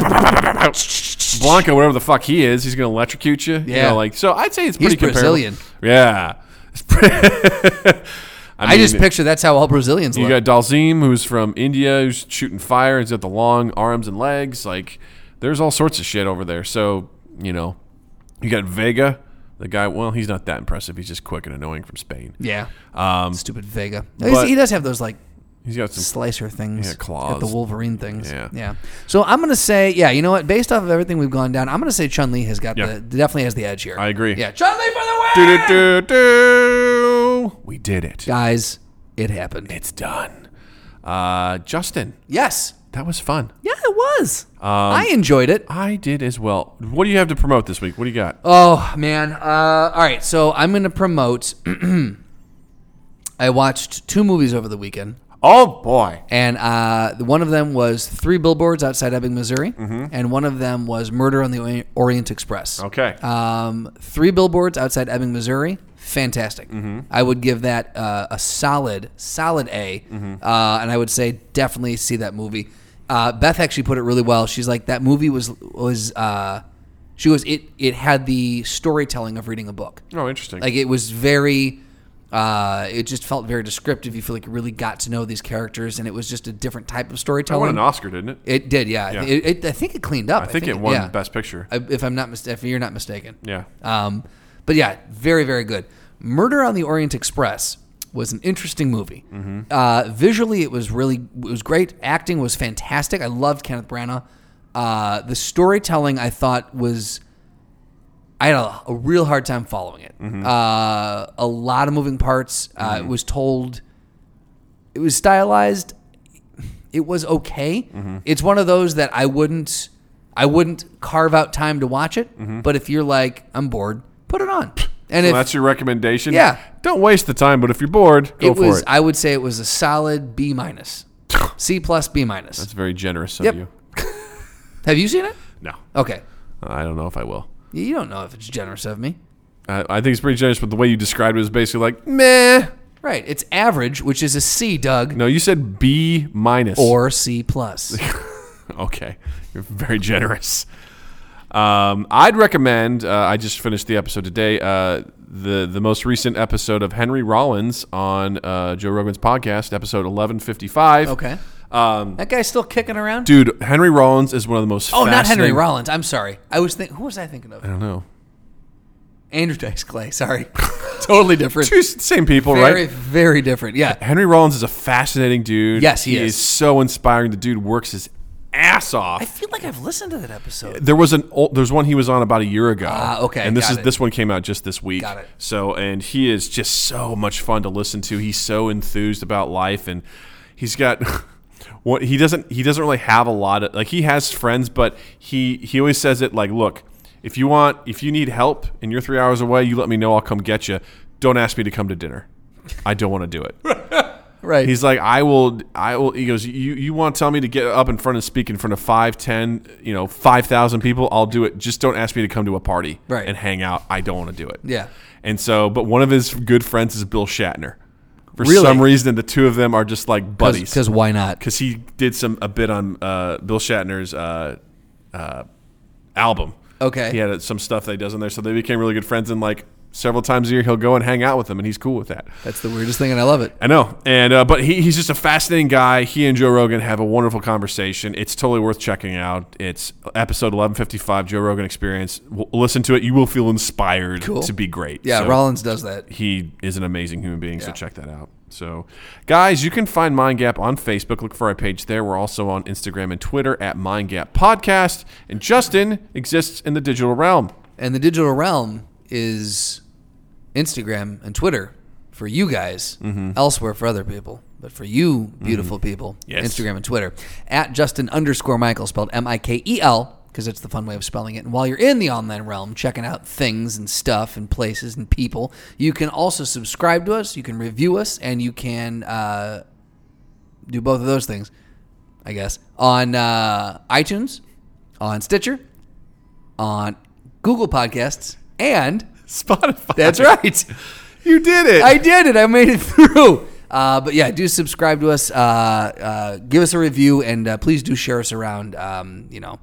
[SPEAKER 1] Blanco, whatever the fuck he is, he's gonna electrocute you. you
[SPEAKER 2] Yeah.
[SPEAKER 1] know, like so. I'd say it's
[SPEAKER 2] He's
[SPEAKER 1] pretty comparable.
[SPEAKER 2] Brazilian.
[SPEAKER 1] Yeah. [LAUGHS] It's pre- I,
[SPEAKER 2] I
[SPEAKER 1] mean,
[SPEAKER 2] just picture that's how all Brazilians
[SPEAKER 1] You
[SPEAKER 2] look.
[SPEAKER 1] got Dalzim, who's from India, who's shooting fire. He's got the long arms and legs. Like, there's all sorts of shit over there. So, you know, you got Vega, the guy. Well, he's not that impressive. He's just quick and annoying from Spain.
[SPEAKER 2] yeah,
[SPEAKER 1] Um,
[SPEAKER 2] stupid Vega.
[SPEAKER 1] but-
[SPEAKER 2] he does have those like
[SPEAKER 1] he's got some.
[SPEAKER 2] slicer things.
[SPEAKER 1] Yeah,
[SPEAKER 2] It's Got
[SPEAKER 1] claws.
[SPEAKER 2] the Wolverine things.
[SPEAKER 1] Yeah.
[SPEAKER 2] Yeah. So I'm gonna say, yeah, you know what? Based off of everything we've gone down, I'm gonna say Chun Li has got
[SPEAKER 1] Yeah.
[SPEAKER 2] the definitely has the edge here.
[SPEAKER 1] I agree.
[SPEAKER 2] Yeah, Chun Li for the win,
[SPEAKER 1] Do-do-do-do. We did it.
[SPEAKER 2] guys. It happened.
[SPEAKER 1] It's done. Uh, Justin,
[SPEAKER 2] yes.
[SPEAKER 1] that was fun.
[SPEAKER 2] Yeah, it was.
[SPEAKER 1] Um,
[SPEAKER 2] I enjoyed it.
[SPEAKER 1] I did as well. What do you have to promote this week? What do you got?
[SPEAKER 2] Oh man. Uh, all right. So I'm gonna promote. [CLEARS THROAT] I watched two movies over the weekend.
[SPEAKER 1] Oh boy.
[SPEAKER 2] And uh, one of them was Three Billboards Outside Ebbing, Missouri,
[SPEAKER 1] Mm-hmm.
[SPEAKER 2] and one of them was Murder on the Ori- Orient Express.
[SPEAKER 1] Okay.
[SPEAKER 2] Um, Three Billboards Outside Ebbing, Missouri, fantastic.
[SPEAKER 1] Mm-hmm.
[SPEAKER 2] I would give that uh, a solid, solid A,
[SPEAKER 1] Mm-hmm.
[SPEAKER 2] uh, and I would say definitely see that movie. Uh, Beth actually put it really well. She's like, that movie was was uh, she goes it it had the storytelling of reading a book.
[SPEAKER 1] oh, interesting.
[SPEAKER 2] Like it was very, uh, it just felt very descriptive. You feel like you really got to know these characters, and it was just a different type of
[SPEAKER 1] I won
[SPEAKER 2] storytelling.
[SPEAKER 1] an Oscar, didn't it?
[SPEAKER 2] It did, yeah.
[SPEAKER 1] Yeah.
[SPEAKER 2] It, it, I think it cleaned up.
[SPEAKER 1] I think it won
[SPEAKER 2] yeah.
[SPEAKER 1] Best Picture.
[SPEAKER 2] I, if I'm not mis- if you're not mistaken.
[SPEAKER 1] yeah.
[SPEAKER 2] Um, but yeah, very very good. Murder on the Orient Express was an interesting movie. Uh, visually, it was really it was great. Acting was fantastic. I loved Kenneth Branagh. Uh, the storytelling I thought was I had a, a real hard time following it.
[SPEAKER 1] Mm-hmm.
[SPEAKER 2] Uh, a lot of moving parts. Uh, it was told. It was stylized. It was okay.
[SPEAKER 1] Mm-hmm.
[SPEAKER 2] It's one of those that I wouldn't. I wouldn't carve out time to watch it. But if you're like, I'm bored, put it on. And
[SPEAKER 1] Mm-hmm. So
[SPEAKER 2] if
[SPEAKER 1] that's your recommendation.
[SPEAKER 2] Yeah.
[SPEAKER 1] Don't waste the time, but if you're bored, go
[SPEAKER 2] it
[SPEAKER 1] for
[SPEAKER 2] was,
[SPEAKER 1] it.
[SPEAKER 2] I would say it was a solid
[SPEAKER 1] [LAUGHS]
[SPEAKER 2] B minus, C plus B minus.
[SPEAKER 1] That's very generous of
[SPEAKER 2] Yep.
[SPEAKER 1] you.
[SPEAKER 2] Have you seen it?
[SPEAKER 1] No,
[SPEAKER 2] Okay,
[SPEAKER 1] I don't know if I will.
[SPEAKER 2] you don't know if it's generous of me.
[SPEAKER 1] I, I think it's pretty generous, but the way you described it is basically like meh.
[SPEAKER 2] Right, it's average, which is a C, Doug,
[SPEAKER 1] No, you said B minus.
[SPEAKER 2] or C
[SPEAKER 1] [LAUGHS]
[SPEAKER 2] plus.
[SPEAKER 1] okay, you're very generous. Um, I'd recommend. Uh, I just finished the episode today. Uh, the the most recent episode of Henry Rollins on uh, Joe Rogan's podcast, episode eleven fifty five.
[SPEAKER 2] Okay.
[SPEAKER 1] Um,
[SPEAKER 2] That guy's still kicking around.
[SPEAKER 1] dude, Henry Rollins is one of the most.
[SPEAKER 2] oh, not Henry
[SPEAKER 1] fascinating-
[SPEAKER 2] Rollins. I'm sorry. I was think. Who was I thinking
[SPEAKER 1] I [LAUGHS]
[SPEAKER 2] of?
[SPEAKER 1] don't know.
[SPEAKER 2] Andrew Dice
[SPEAKER 1] [LAUGHS]
[SPEAKER 2] Clay. Sorry. totally different.
[SPEAKER 1] Two s- same people,
[SPEAKER 2] Very,
[SPEAKER 1] right?
[SPEAKER 2] very
[SPEAKER 1] [LAUGHS]
[SPEAKER 2] different. Yeah.
[SPEAKER 1] Henry Rollins is a fascinating dude.
[SPEAKER 2] Yes, he is.
[SPEAKER 1] so inspiring. The dude works his ass off.
[SPEAKER 2] I feel like I've listened to that episode.
[SPEAKER 1] there was an old, there's one he was on about a year ago.
[SPEAKER 2] Ah, okay,
[SPEAKER 1] And this
[SPEAKER 2] got
[SPEAKER 1] is
[SPEAKER 2] it.
[SPEAKER 1] this one came out just this week.
[SPEAKER 2] Got it.
[SPEAKER 1] So and he is just so much fun to listen to. He's so enthused about life and he's got [LAUGHS] what he doesn't he doesn't really have a lot of like he has friends, but he he always says it like, look, if you want if you need help and you're three hours away, you let me know, I'll come get you. Don't ask me to come to dinner. I don't want to do it.
[SPEAKER 2] Right.
[SPEAKER 1] He's like, I will, I will. He goes, you, you want to tell me to get up in front and speak in front of five, ten, you know, five thousand people? I'll do it. Just don't ask me to come to a party
[SPEAKER 2] Right.
[SPEAKER 1] and hang out. I don't want to do it.
[SPEAKER 2] Yeah.
[SPEAKER 1] And so, but one of his good friends is Bill Shatner. For
[SPEAKER 2] Really?
[SPEAKER 1] some reason, the two of them are just like buddies
[SPEAKER 2] Because why not?
[SPEAKER 1] because he did some a bit on uh, Bill Shatner's uh, uh, album.
[SPEAKER 2] Okay.
[SPEAKER 1] he had some stuff that he does on there, so they became really good friends. And like several times a year. He'll go and hang out with them, and he's cool with that.
[SPEAKER 2] That's the weirdest thing, and I love it.
[SPEAKER 1] I know, and uh, but he, he's just a fascinating guy. He and Joe Rogan have a wonderful conversation. It's totally worth checking out. It's episode eleven fifty five, Joe Rogan Experience. W- listen to it; you will feel inspired
[SPEAKER 2] Cool.
[SPEAKER 1] to be great.
[SPEAKER 2] Yeah,
[SPEAKER 1] So-
[SPEAKER 2] Rollins does that.
[SPEAKER 1] he is an amazing human being, so check that out. So, guys, you can find Mind Gap on Facebook. Look for our page there. We're also on Instagram and Twitter at Mind Gap Podcast. And Justin exists in the digital realm. [LAUGHS]
[SPEAKER 2] And the digital realm is Instagram and Twitter for you guys, elsewhere for other people. But for you, beautiful people,
[SPEAKER 1] Yes.
[SPEAKER 2] Instagram and Twitter at Justin underscore Michael, spelled M I K E L, because it's the fun way of spelling it. And while you're in the online realm, checking out things and stuff and places and people, you can also subscribe to us, you can review us, and you can uh, do both of those things, I guess, on uh, iTunes, on Stitcher, on Google Podcasts, and
[SPEAKER 1] Spotify.
[SPEAKER 2] that's right.
[SPEAKER 1] You did it.
[SPEAKER 2] I did it. I made it [LAUGHS] through. Uh, but yeah, do subscribe to us. Uh, uh, give us a review, and uh, please do share us around. Um, you know,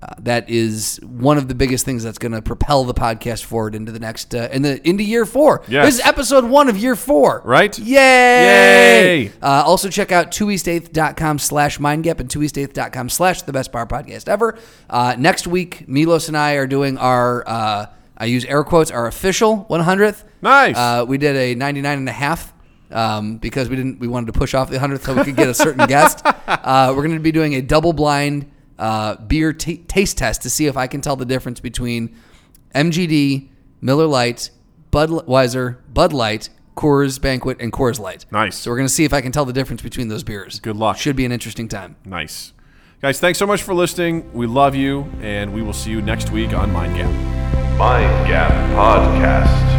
[SPEAKER 2] uh, that is one of the biggest things that's going to propel the podcast forward into the next uh, in the into year four.
[SPEAKER 1] Yes.
[SPEAKER 2] This is episode one of year four.
[SPEAKER 1] Right.
[SPEAKER 2] Yay!
[SPEAKER 1] Yay.
[SPEAKER 2] Uh, also check out twoeastaith.com slash mindgap and twoeastaith.com slash the best bar podcast ever. Uh, next week, Milos and I are doing our, uh, I use air quotes, our official 100th.
[SPEAKER 1] Nice.
[SPEAKER 2] Uh, we did a 99 and a half. Um, because we didn't, we wanted to push off the 100th so we could get
[SPEAKER 1] [LAUGHS]
[SPEAKER 2] a certain guest. Uh, we're going to be doing a double blind uh, beer t- taste test to see if I can tell the difference between MGD, Miller Lite, Budweiser, Bud Light, Coors Banquet, and Coors Light.
[SPEAKER 1] Nice.
[SPEAKER 2] So we're gonna see if I can tell the difference between those beers.
[SPEAKER 1] Good luck.
[SPEAKER 2] Should be an interesting time.
[SPEAKER 1] nice. Guys, thanks so much for listening. We love you, and we will see you next week on Mind Gap.
[SPEAKER 4] Mind Gap Podcast.